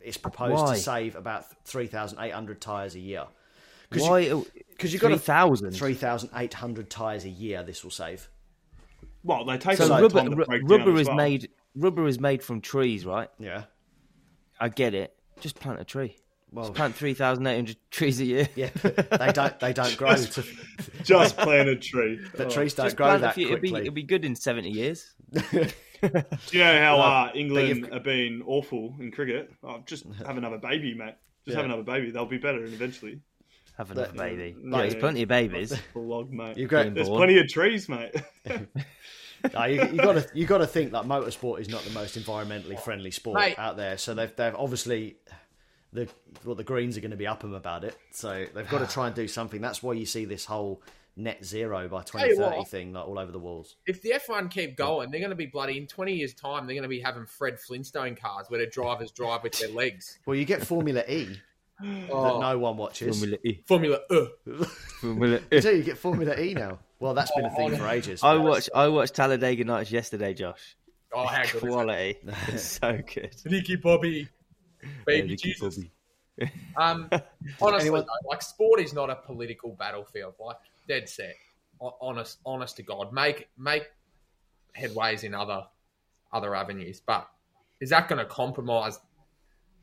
it's proposed Why? to save about 3,800 tires a year. Why? Because you've got Three a thousand. 3,800 tires a year. This will save. Well, they take So a lot of rubber, time to ru- break down rubber as is well. made. Rubber is made from trees, right? Yeah. I get it. Just plant a tree. Well, Just plant three thousand eight hundred trees a year. yeah. They don't they don't grow. To, Just plant a tree. the trees don't Just grow plant a that few- it'll be, quickly. it'll be good in seventy years. Do you know how Well, uh, England you've- have been awful in cricket? Oh, just have another baby, mate. Just have another baby. They'll be better eventually. Have enough baby. yeah. Like, There's plenty of babies. Log, mate. You've got, Being There's born. plenty of trees, mate. No, Uh, you, you got to you got to think that motorsport is not the most environmentally friendly sport Mate. out there. So they've they've obviously the well the Greens are going to be up them about it. So they've got to try and do something. That's why you see this whole net zero by you 2030 what. thing like all over the walls. If the F1 keep going, they're going to be bloody in 20 years' time, they're going to be having Fred Flintstone cars where the drivers drive with their legs. Well, you get Formula E that Oh, no one watches. Formula E. Formula E. Formula E. Do you get Formula E now? Well, that's been a Oh, thing for ages. I watched I watched Talladega Nights yesterday, Josh. Oh, how good. is Quality, it's so good. that? Nicky Bobby. Baby Yeah, Ricky Jesus. Bobby. Um, honestly, anyone- though, like sport is not a political battlefield. Like dead set, Ho- honest, honest to God, make make headways in other other avenues. But is that going to compromise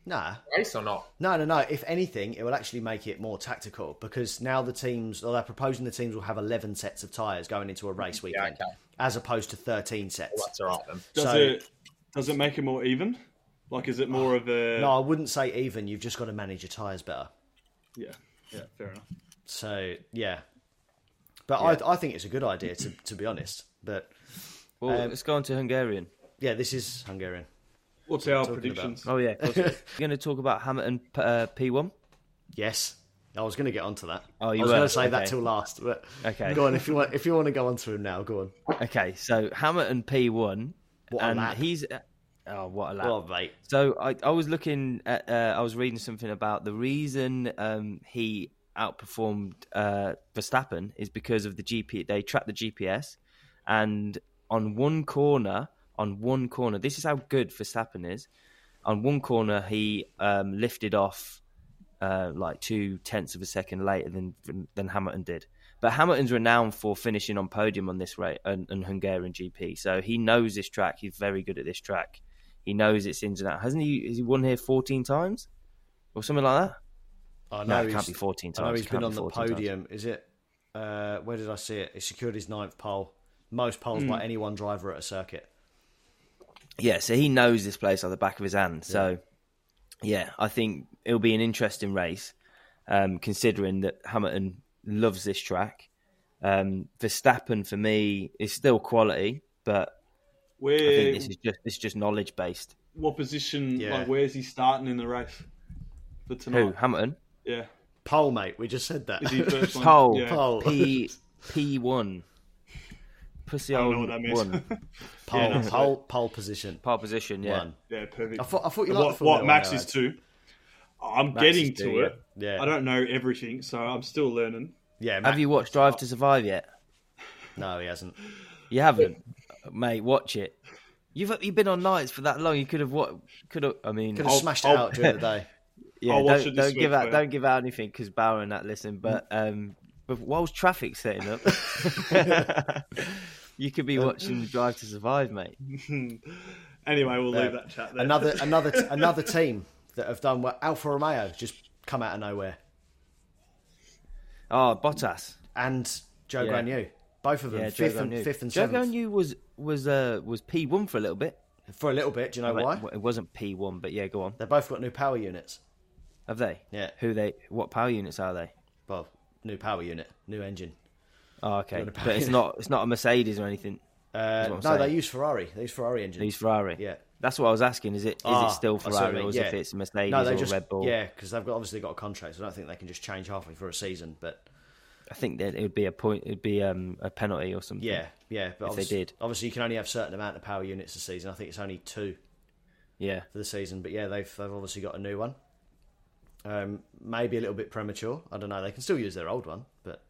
Nah. the race or not? No, no, no. If anything, it will actually make it more tactical because now the teams, or they're proposing the teams will have 11 sets of tyres going into a race weekend okay. as opposed to 13 sets. Well, that's all right then. Does So- it does it make it more even? Like, is it more of a No, I wouldn't say even. You've just got to manage your tyres better. Yeah, yeah, fair enough. So, yeah. But I, I think it's a good idea, to, to be honest. But, Well, Um, let's go on to Hungarian. yeah, this is Hungarian. What's our about? predictions? Oh yeah, of course. we're going to talk about Hamilton uh, P1. Yes. I was going to get onto that. Oh, you I was were? going to say that Okay. till last. But Okay. Go on, if you want, if you want to go on to him now, go on. Okay, so Hamilton P1, What a and lap. he's oh what a lap. Well, mate. So I, I was looking at uh, I was reading something about the reason um, he outperformed uh, Verstappen is because of the GP they track the GPS and on one corner on one corner this is how good Verstappen is on one corner he um, lifted off uh, like two tenths of a second later than than Hamilton did. But Hamilton's renowned for finishing on podium on this rate and, and Hungarian GP, so he knows this track. He's very good at this track. He knows its ins and outs. Hasn't he? Has he won here fourteen times or something like that? I know No, it Oh, he's- can't be fourteen times. I know It he's can't been be on the 14 times. podium. Is it Uh, where did I see it? He secured his ninth pole, most poles Hmm. by any one driver at a circuit. Yeah, so he knows this place like the back of his hand. So, yeah, I think it'll be an interesting race, um, considering that Hamilton loves this track. Um, Verstappen for me is still quality, but I Where think this is just it's just knowledge based. what position? Yeah. Like where's he starting in the race for Who tonight? Hamilton? Yeah, Pole, mate. We just said that. is he first one? Pole, Yeah. Pole. P P one, pussy I don't know old what that means. one, pole, that's right. pole, pole position. pole position. Yeah, One. yeah, perfect. I thought. I thought you liked what the what Formula Max One, is Alex. two? I'm Max getting is two, to yeah. it. Yeah. I don't know everything, so I'm still learning. Yeah. Max, Have you watched Drive to Survive yet? No, he hasn't. You haven't, mate. Watch it. You've you've been on nights for that long. You could have what could have. I mean, Could have smashed it I'll- out during the day. yeah. I'll Don't, watch it this don't give week, out. mate. Don't give out anything because Bauer and that listen. But Mm. um, but whilst traffic's setting up, you could be watching the Drive to Survive, mate. Anyway, we'll Yeah. leave that chat there. Another, another, another team that have done well. Alfa Romeo just come out of nowhere, Oh, Bottas. and Joe Yeah. Granu, both of them, Yeah, fifth, Joe and, Gagnu. fifth and Joe seventh Gagnu was was uh was P one for a little bit. for a little bit. Do you know Wait, Uh, why? It wasn't P one, but yeah, go on. They both got new power units. Have they? Yeah. Who they? What power units are they? Well, new power unit, new engine. Oh, okay. Got a But it's power not it's not a Mercedes or anything. Uh, what no, I'm they saying. use Ferrari. They use Ferrari engines. These Ferrari. Yeah. That's what I was asking. Is it is Ah, it still I see what you Ferrari or mean, is yeah. if it's Mercedes no, or they just Red Bull? yeah, because they've got, obviously got a contract. So I don't think they can just change halfway through a season. But I think that it would be a point. It'd be um, a penalty or something. yeah, yeah. But Hmm. If they obviously, did. obviously you can only have certain amount of power units a season. I think it's only two yeah. for the season. But yeah, they've they've obviously got a new one. Um, maybe a little bit premature. I don't know. They can still use their old one, but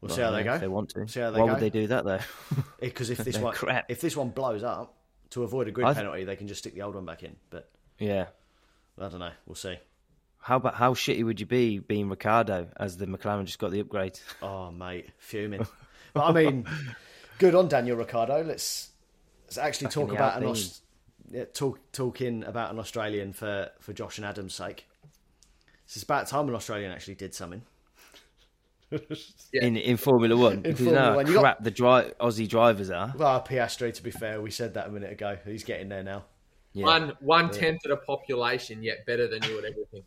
we'll see how Well, they yeah, go. If they want to. See how they Why go. would they do that though? Because if this They're one crap. if this one blows up to avoid a grid I th- penalty, they can just stick the old one back in. But yeah. I don't know. We'll see. How about how shitty would you be being Ricardo as the McLaren just got the upgrade? Oh mate, fuming. but I mean, good on Daniel Ricciardo. Let's let's actually talk Fucking about an Alpine. Aus- yeah, talk talking about an Australian for for Josh and Adam's sake. It's about time an Australian actually did something. in in Formula One. because you Formula know how One, you got- crap the dri- Aussie drivers are. Well, Piastri, to be fair, we said that a minute ago. He's getting there now. Yeah. One one tenth of the population, yet better than you at everything.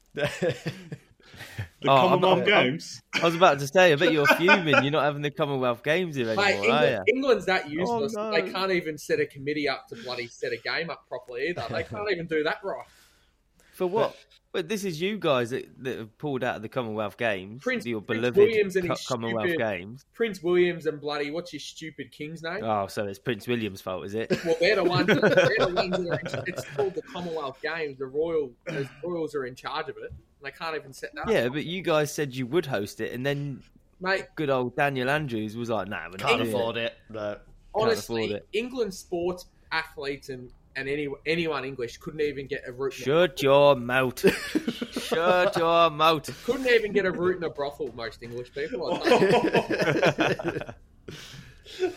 the Oh, I'm- Commonwealth I'm- Games. I was about to say, I bet you're fuming. You're not having the Commonwealth Games here Mate, anymore, are you? England, England's that useless. no. They can't even set a committee up to bloody set a game up properly either. They can't even do that right. For what? But this is you guys that, that have pulled out of the Commonwealth Games. Prince- your Prince beloved Williams and Co- his Commonwealth stupid- Games. Prince William's and bloody what's your stupid king's name? Oh, so it's Prince William's fault, is it? Well, they're the ones. They're the ones that are in, it's called the Commonwealth Games. The royal, the royals are in charge of it. And they can't even set that. up. yeah, but you guys said you would host it, and then mate. good old Daniel Andrews was like, "Nah, we're not Can't doing afford it. No. afford Honestly, it. England sports athletes and and any, anyone English couldn't even get a root. in a- Shut your mouth. Shut your mouth. couldn't even get a root in a brothel. Most English people. I don't know.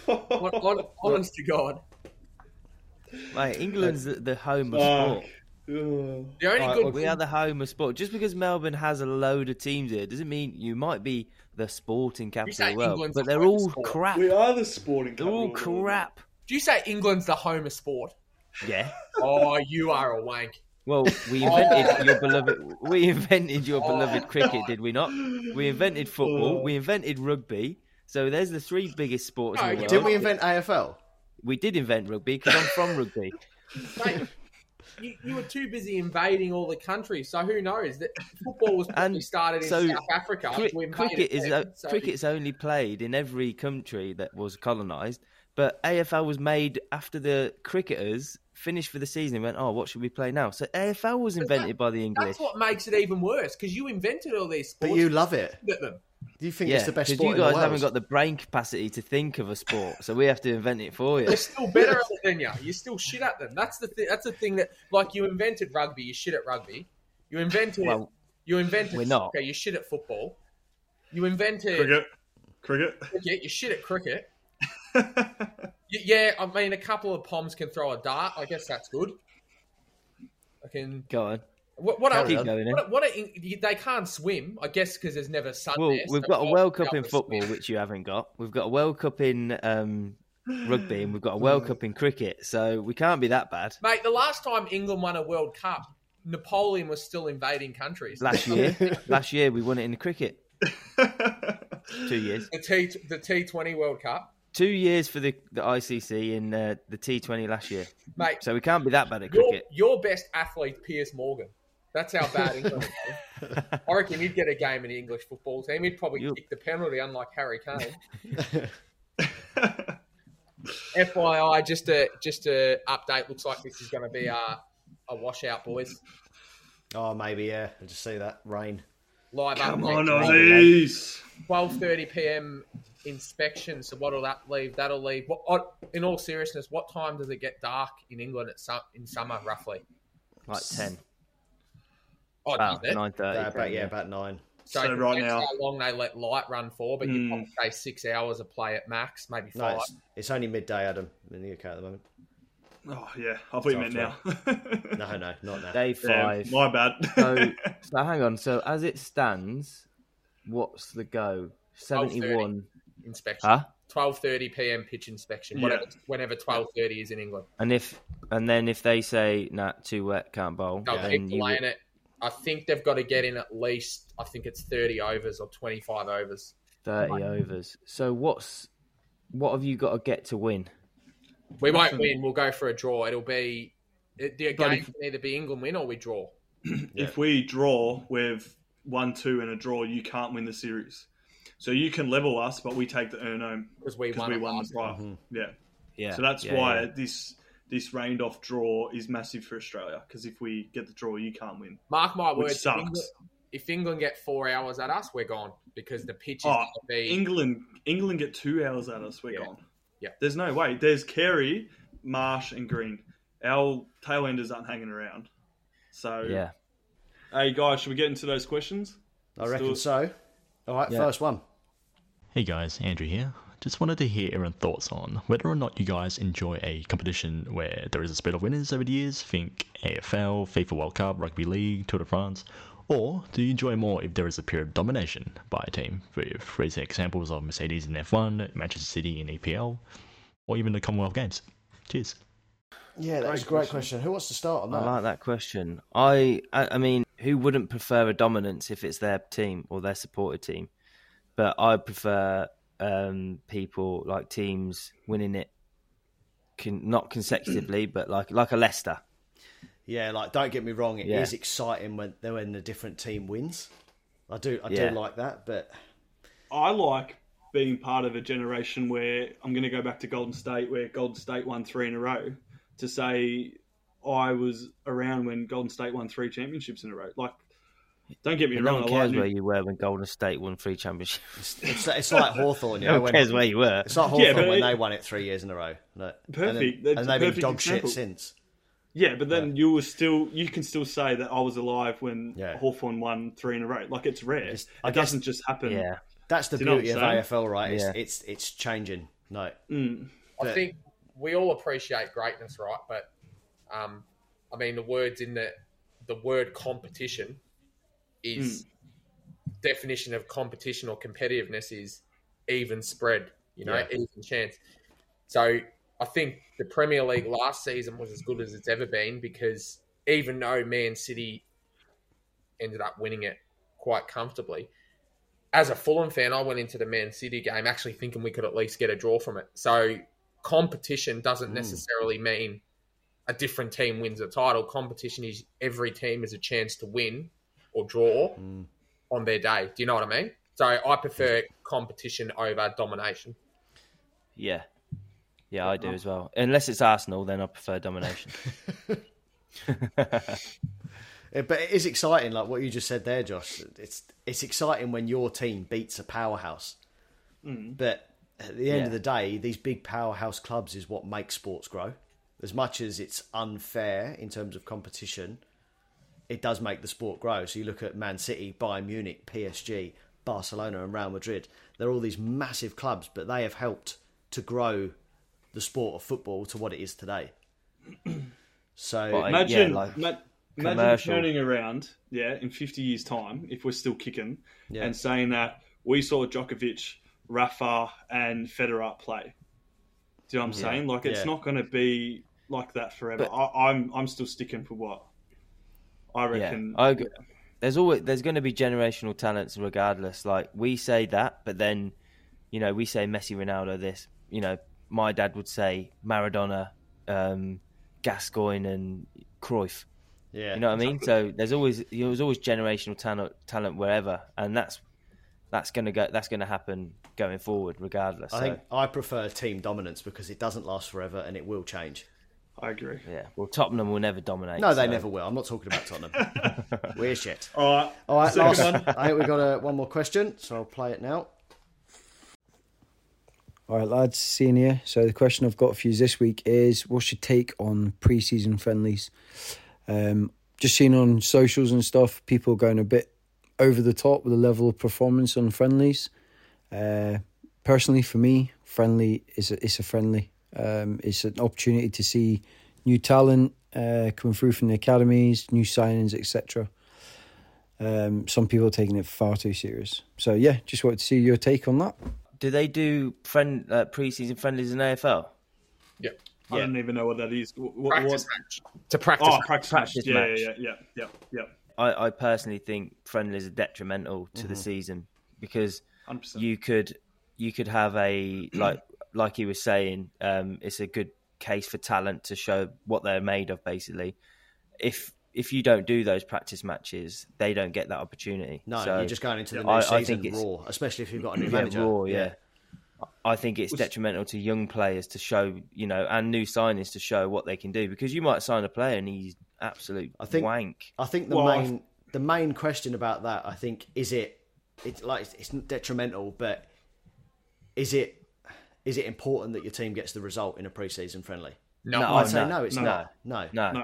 Hon- hon- honest to God. Mate, England's the, the home of Fuck. sport. Ugh. The only Alright, Uh, good well, We are the home of sport. Just because Melbourne has a load of teams here doesn't mean you might be the sporting capital say of the world. England's But the they're home of all sport. crap. we are the sporting. They're all capital of the world. crap. do you say England's the home of sport? Yeah. Oh, you are a wank. Well, we Oh. invented your beloved. We invented your beloved cricket, did we not? We invented football. Oh. We invented rugby. So there's the three biggest sports Oh, in the yeah. world. Did we invent AFL? We did invent rugby because I'm from rugby. Mate, you, you were too busy invading all the countries, so who knows? That football was probably And started in so South Africa. Cri- to invade cricket is them, o- so- cricket's only played in every country that was colonised. But AFL was made after the cricketers finished for the season and went, "Oh, what should we play now?" So AFL was invented by the English. That's what makes it even worse because you invented all these sports. But you love it. looked at them. You think Yeah, it's the best because sport you in the guys world? haven't got the brain capacity to think of a sport, so we have to invent it for you. You're still better at it than you. You're still shit at them. That's the thing. That's the thing that like you invented rugby. You shit at rugby. You invented. Well, you invented. we're not. soccer, You shit at football. You invented. Cricket, cricket. cricket. You shit at cricket. Y- yeah, I mean, a couple of poms can throw a dart. I guess that's good. I can. Go on. What, what, are, Keep what, going, eh? are- what are, Eng- they can't swim, I guess, because there's never sun. Well, there, so we've got a why World would they Cup be in able to swim? football, which you haven't got. We've got a World Cup in um, rugby, and we've got a World Cup in cricket. So we can't be that bad. Mate, the last time England won a World Cup, Napoleon was still invading countries. Last year, last year we won it in the cricket. Two years, The T the T Twenty World Cup, two years for the, the ICC in uh, the T20 last year. mate. So we can't be that bad at your, cricket. your best athlete, Piers Morgan. That's how bad England. are. I reckon he'd get a game in the English football team. He'd probably You- kick the penalty, unlike Harry Kane. FYI, just a just a update. Looks like this is going to be a, a washout, boys. Oh, maybe yeah. I just see that rain. Live Come update on, tomorrow. Aussies. 12:30 p.m. inspection. So what'll that leave? That'll leave. What, what, in all seriousness, what time does it get dark in England at su- in summer roughly? Like ten, Oh, does about it? nine thirty. Uh, about, yeah, about nine. So, So right that's now- how long they let light run for? But you Mm. probably say six hours of play at max, maybe No, five. it's, it's only midday, Adam, in the UK at the moment. Oh yeah, I thought you meant now. No, no, not now. day Yeah, five. my bad. so, so hang on. So as it stands, what's the go? 71. inspection. Huh? 12:30 p.m. pitch inspection. Yeah. Whatever, whenever 12:30 is in England. And if and then if they say nah, too wet, can't bowl. They'll then keep you delaying it. I think they've got to get in at least. I think it's 30 overs or 25 overs. thirty overs. So what's what have you got to get to win? We won't Nothing. win. We'll go for a draw. It'll be it, the Bloody- game can either be England win or we draw. If we draw with one two and a draw, you can't win the series. So you can level us, but we take the earn home Because we because won. we it won the last prize. Yeah. Mm-hmm. Yeah. So that's yeah, why yeah. this this rained off draw is massive for Australia because if we get the draw, you can't win. Mark my Which words. if sucks. England- If England get four hours at us, we're gone because the pitch is Oh, going to be. England England get two hours at us, we're Yeah. gone. Yeah. There's no way. There's Carey, Marsh, and Green. Our tailenders aren't hanging around. So Yeah. Hey guys, should we get into those questions? I do reckon it. so. All right, Yeah. first one. Hey guys, Andrew here. Just wanted to hear everyone's thoughts on whether or not you guys enjoy a competition where there is a spread of winners over the years, think AFL, FIFA World Cup, Rugby League, Tour de France, or do you enjoy more if there is a pure domination by a team, with recent examples of Mercedes in F1, Manchester City in EPL, or even the Commonwealth Games? Cheers. Yeah, that was a great question. Who wants to start on that? I like that question. I, I I mean, who wouldn't prefer a dominance if it's their team or their supporter team? But I prefer um, people like teams winning it, con- not consecutively, but like like a Leicester. Yeah, like don't get me wrong, it is Yeah. exciting when when a different team wins. I do, I Yeah. do like that, but I like being part of a generation where I'm going to go back to Golden State, where Golden State won three in a row. To say I was around when Golden State won three championships in a row. Like, don't get me No wrong. one I like cares New- where you were when Golden State won three championships. it's it's, it's like Hawthorn. You No know, one when, cares where you were. it's like Yeah, Hawthorn but when it- they won it three years in a row. Look, Perfect. and, then, That's and a they've been perfect dog example. shit since. Yeah, but then you were still you can still say that I was alive when Yeah. Hawthorn won three in a row. Like it's rare. It's- it I guess- doesn't just happen. Yeah, That's the Do you know beauty of what I'm AFL, right? It's, Yeah. it's it's changing. No, Mm. I think we all appreciate greatness, right? But um, I mean, the words in the the word competition is definition of competition or competitiveness is even spread, you know, Yeah. even chance. So I think the Premier League last season was as good as it's ever been because even though Man City ended up winning it quite comfortably, as a Fulham fan, I went into the Man City game actually thinking we could at least get a draw from it. So competition doesn't Mm. necessarily mean a different team wins a title. Competition is every team has a chance to win or draw Mm. on their day. Do you know what I mean? So I prefer competition over domination. yeah, yeah. I do as well. Unless it's Arsenal, then I prefer domination. Yeah, Eh, but it is exciting, like what you just said there, Josh. It's it's exciting when your team beats a powerhouse. But at the end of Hmm. Yeah. the day, these big powerhouse clubs is what makes sports grow. As much as it's unfair in terms of competition, it does make the sport grow. So you look at Man City, Bayern Munich, PSG, Barcelona, and Real Madrid. They're all these massive clubs, but they have helped to grow the sport of football to what it is today. So But I- Imagine, yeah, like- ma- Imagine Commercial. turning around, yeah, in 50 years' time, if we're still kicking, Yeah. and saying that we saw Djokovic, Rafa, and Federer play. Do you know what I'm Yeah, saying? Like, it's yeah. not going to be like that forever. But- I, I'm I'm still sticking for what I reckon. Yeah, I agree. There's always there's going to be generational talents regardless. Like we say that, but then you know we say Messi, Ronaldo. This you know my dad would say Maradona, um, Gascoigne, and Cruyff. Yeah. You know what I mean? So there's always there's always generational talent talent wherever, and that's that's gonna go that's gonna happen going forward regardless. I so think I prefer team dominance because it doesn't last forever and it will change. I agree. yeah, well Tottenham will never dominate. No, they so- never will. I'm not talking about Tottenham. We're shit. All right. All right, Second last I think we got a, one more question, so I'll play it now. All right, lads, seeing you. So the question I've got for you this week is, what's your take on pre-season friendlies? Um, just seen on socials and stuff, people going a bit over the top with the level of performance on friendlies. Uh, personally, for me, friendly is a, it's a friendly. Um, it's an opportunity to see new talent uh, coming through from the academies, new signings, etc. Um, some people are taking it far too serious. So yeah, just wanted to see your take on that. Do they do friend uh, preseason friendlies in AFL? I don't even know what that is. What, what, Practice match. To practice. Oh, match. practice, match. Practice Yeah, match. yeah, yeah, yeah, yeah, yeah. I, I personally think friendlies are detrimental to the season because 100%. you could you could have a like like he was saying um, it's a good case for talent to show what they're made of basically if if you don't do those practice matches they don't get that opportunity No, so you're just going into the new I- I think season it's- raw, especially if you've got a new yeah, manager. raw, yeah. I think it's detrimental to young players to show, you know, and new signings to show what they can do because you might sign a player and he's absolute I think- wank. I think the Well, main the main question about that, I think, is it it's like it's detrimental, but is it is it important that your team gets the result in a preseason friendly? No, No, I'd Oh, say no, it's no, not. No, No, No.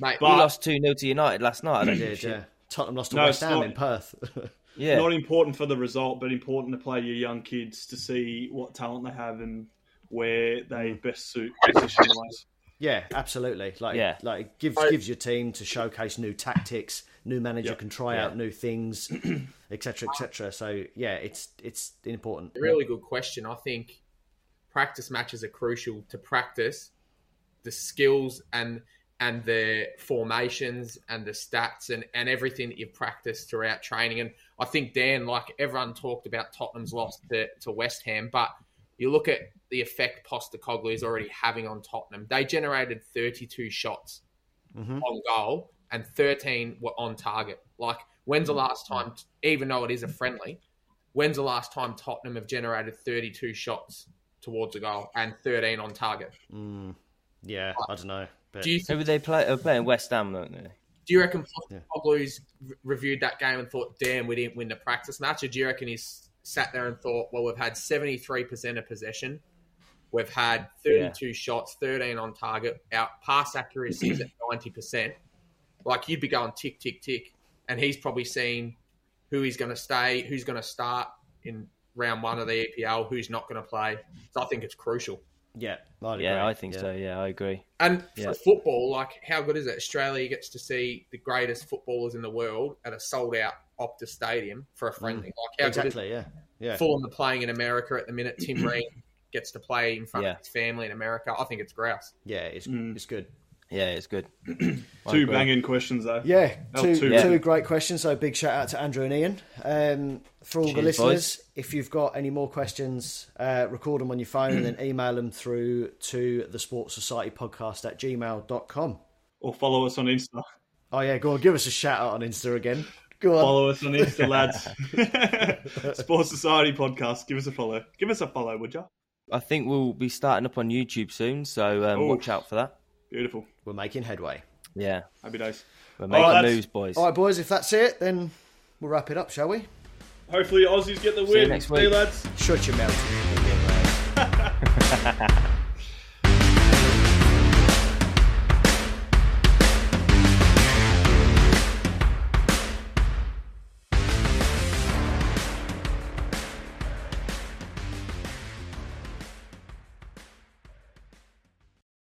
mate. we But- lost two 0 to United last night. I They don't give a did, shit. yeah. Tottenham lost to No, West it's Ham not- in Perth. Yeah, Not important for the result, but important to play your young kids to see what talent they have and where they Hmm. best suit position wise. yeah, absolutely. Like, Yeah. like it gives I- gives your team to showcase new tactics. New manager Yeah. can try Yeah. out new things, etc., etc. So yeah, it's it's important. really good question. I think practice matches are crucial to practice the skills and and the formations and the stats and, and everything that you've practiced throughout training. And I think Dan, like everyone talked about Tottenham's loss to, to West Ham, but you look at the effect Postacoglu is already having on Tottenham. They generated 32 shots Mhm. on goal and 13 were on target. Like, when's the last time, even though it is a friendly, when's the last time Tottenham have generated 32 shots towards a goal and 13 on target? Mm, yeah, I don't know. But Do you Who were they play? They were playing West Ham, don't they? do you reckon Yeah. Postacoglu's re- reviewed that game and thought, "Damn, we didn't win the practice match"? Or do you reckon he's sat there and thought, "Well, we've had seventy three percent of possession, we've had thirty two shots, thirteen on target, our pass accuracy is at ninety percent. Like you'd be going tick tick tick, and he's probably seen who he's going to stay, who's going to start in round one of the EPL, who's not going to play. So I think it's crucial. yeah, I'd Yeah, agree. I think Yeah. so. Yeah, I agree. And Yeah. for football, like how good is it? Australia gets to see the greatest footballers in the world at a sold out Optus Stadium for a friendly. Like how good is Exactly. Yeah. Yeah. it? Fulham are playing in America at the minute. Tim Reed gets to play in front Yeah. of his family in America. I think it's grouse. Yeah. It's it's good. Yeah, it's good. I Two agree. banging questions though. Yeah. Oh, Two two. two great questions. So big shout out to Andrew and Ian. Um, for all the Cheers, listeners, if you've got any more questions, uh, record them on your phone and then email them through to the Sports Society Podcast at gmail.com. Or follow us on Insta. Oh yeah, go on, give us a shout out on Insta again. Go on. Follow us on Insta, lads. Sports Society Podcast. Give us a follow. Give us a follow, would you? I think we'll be starting up on YouTube soon, so um, Ooh. watch out for that. Beautiful. We're making headway. Yeah, Happy days. we're making that's- moves, boys. All right, boys. If that's it, then we'll wrap it up, shall we? Hopefully, Aussies get the win. next See you, week. lads. Shut your mouth.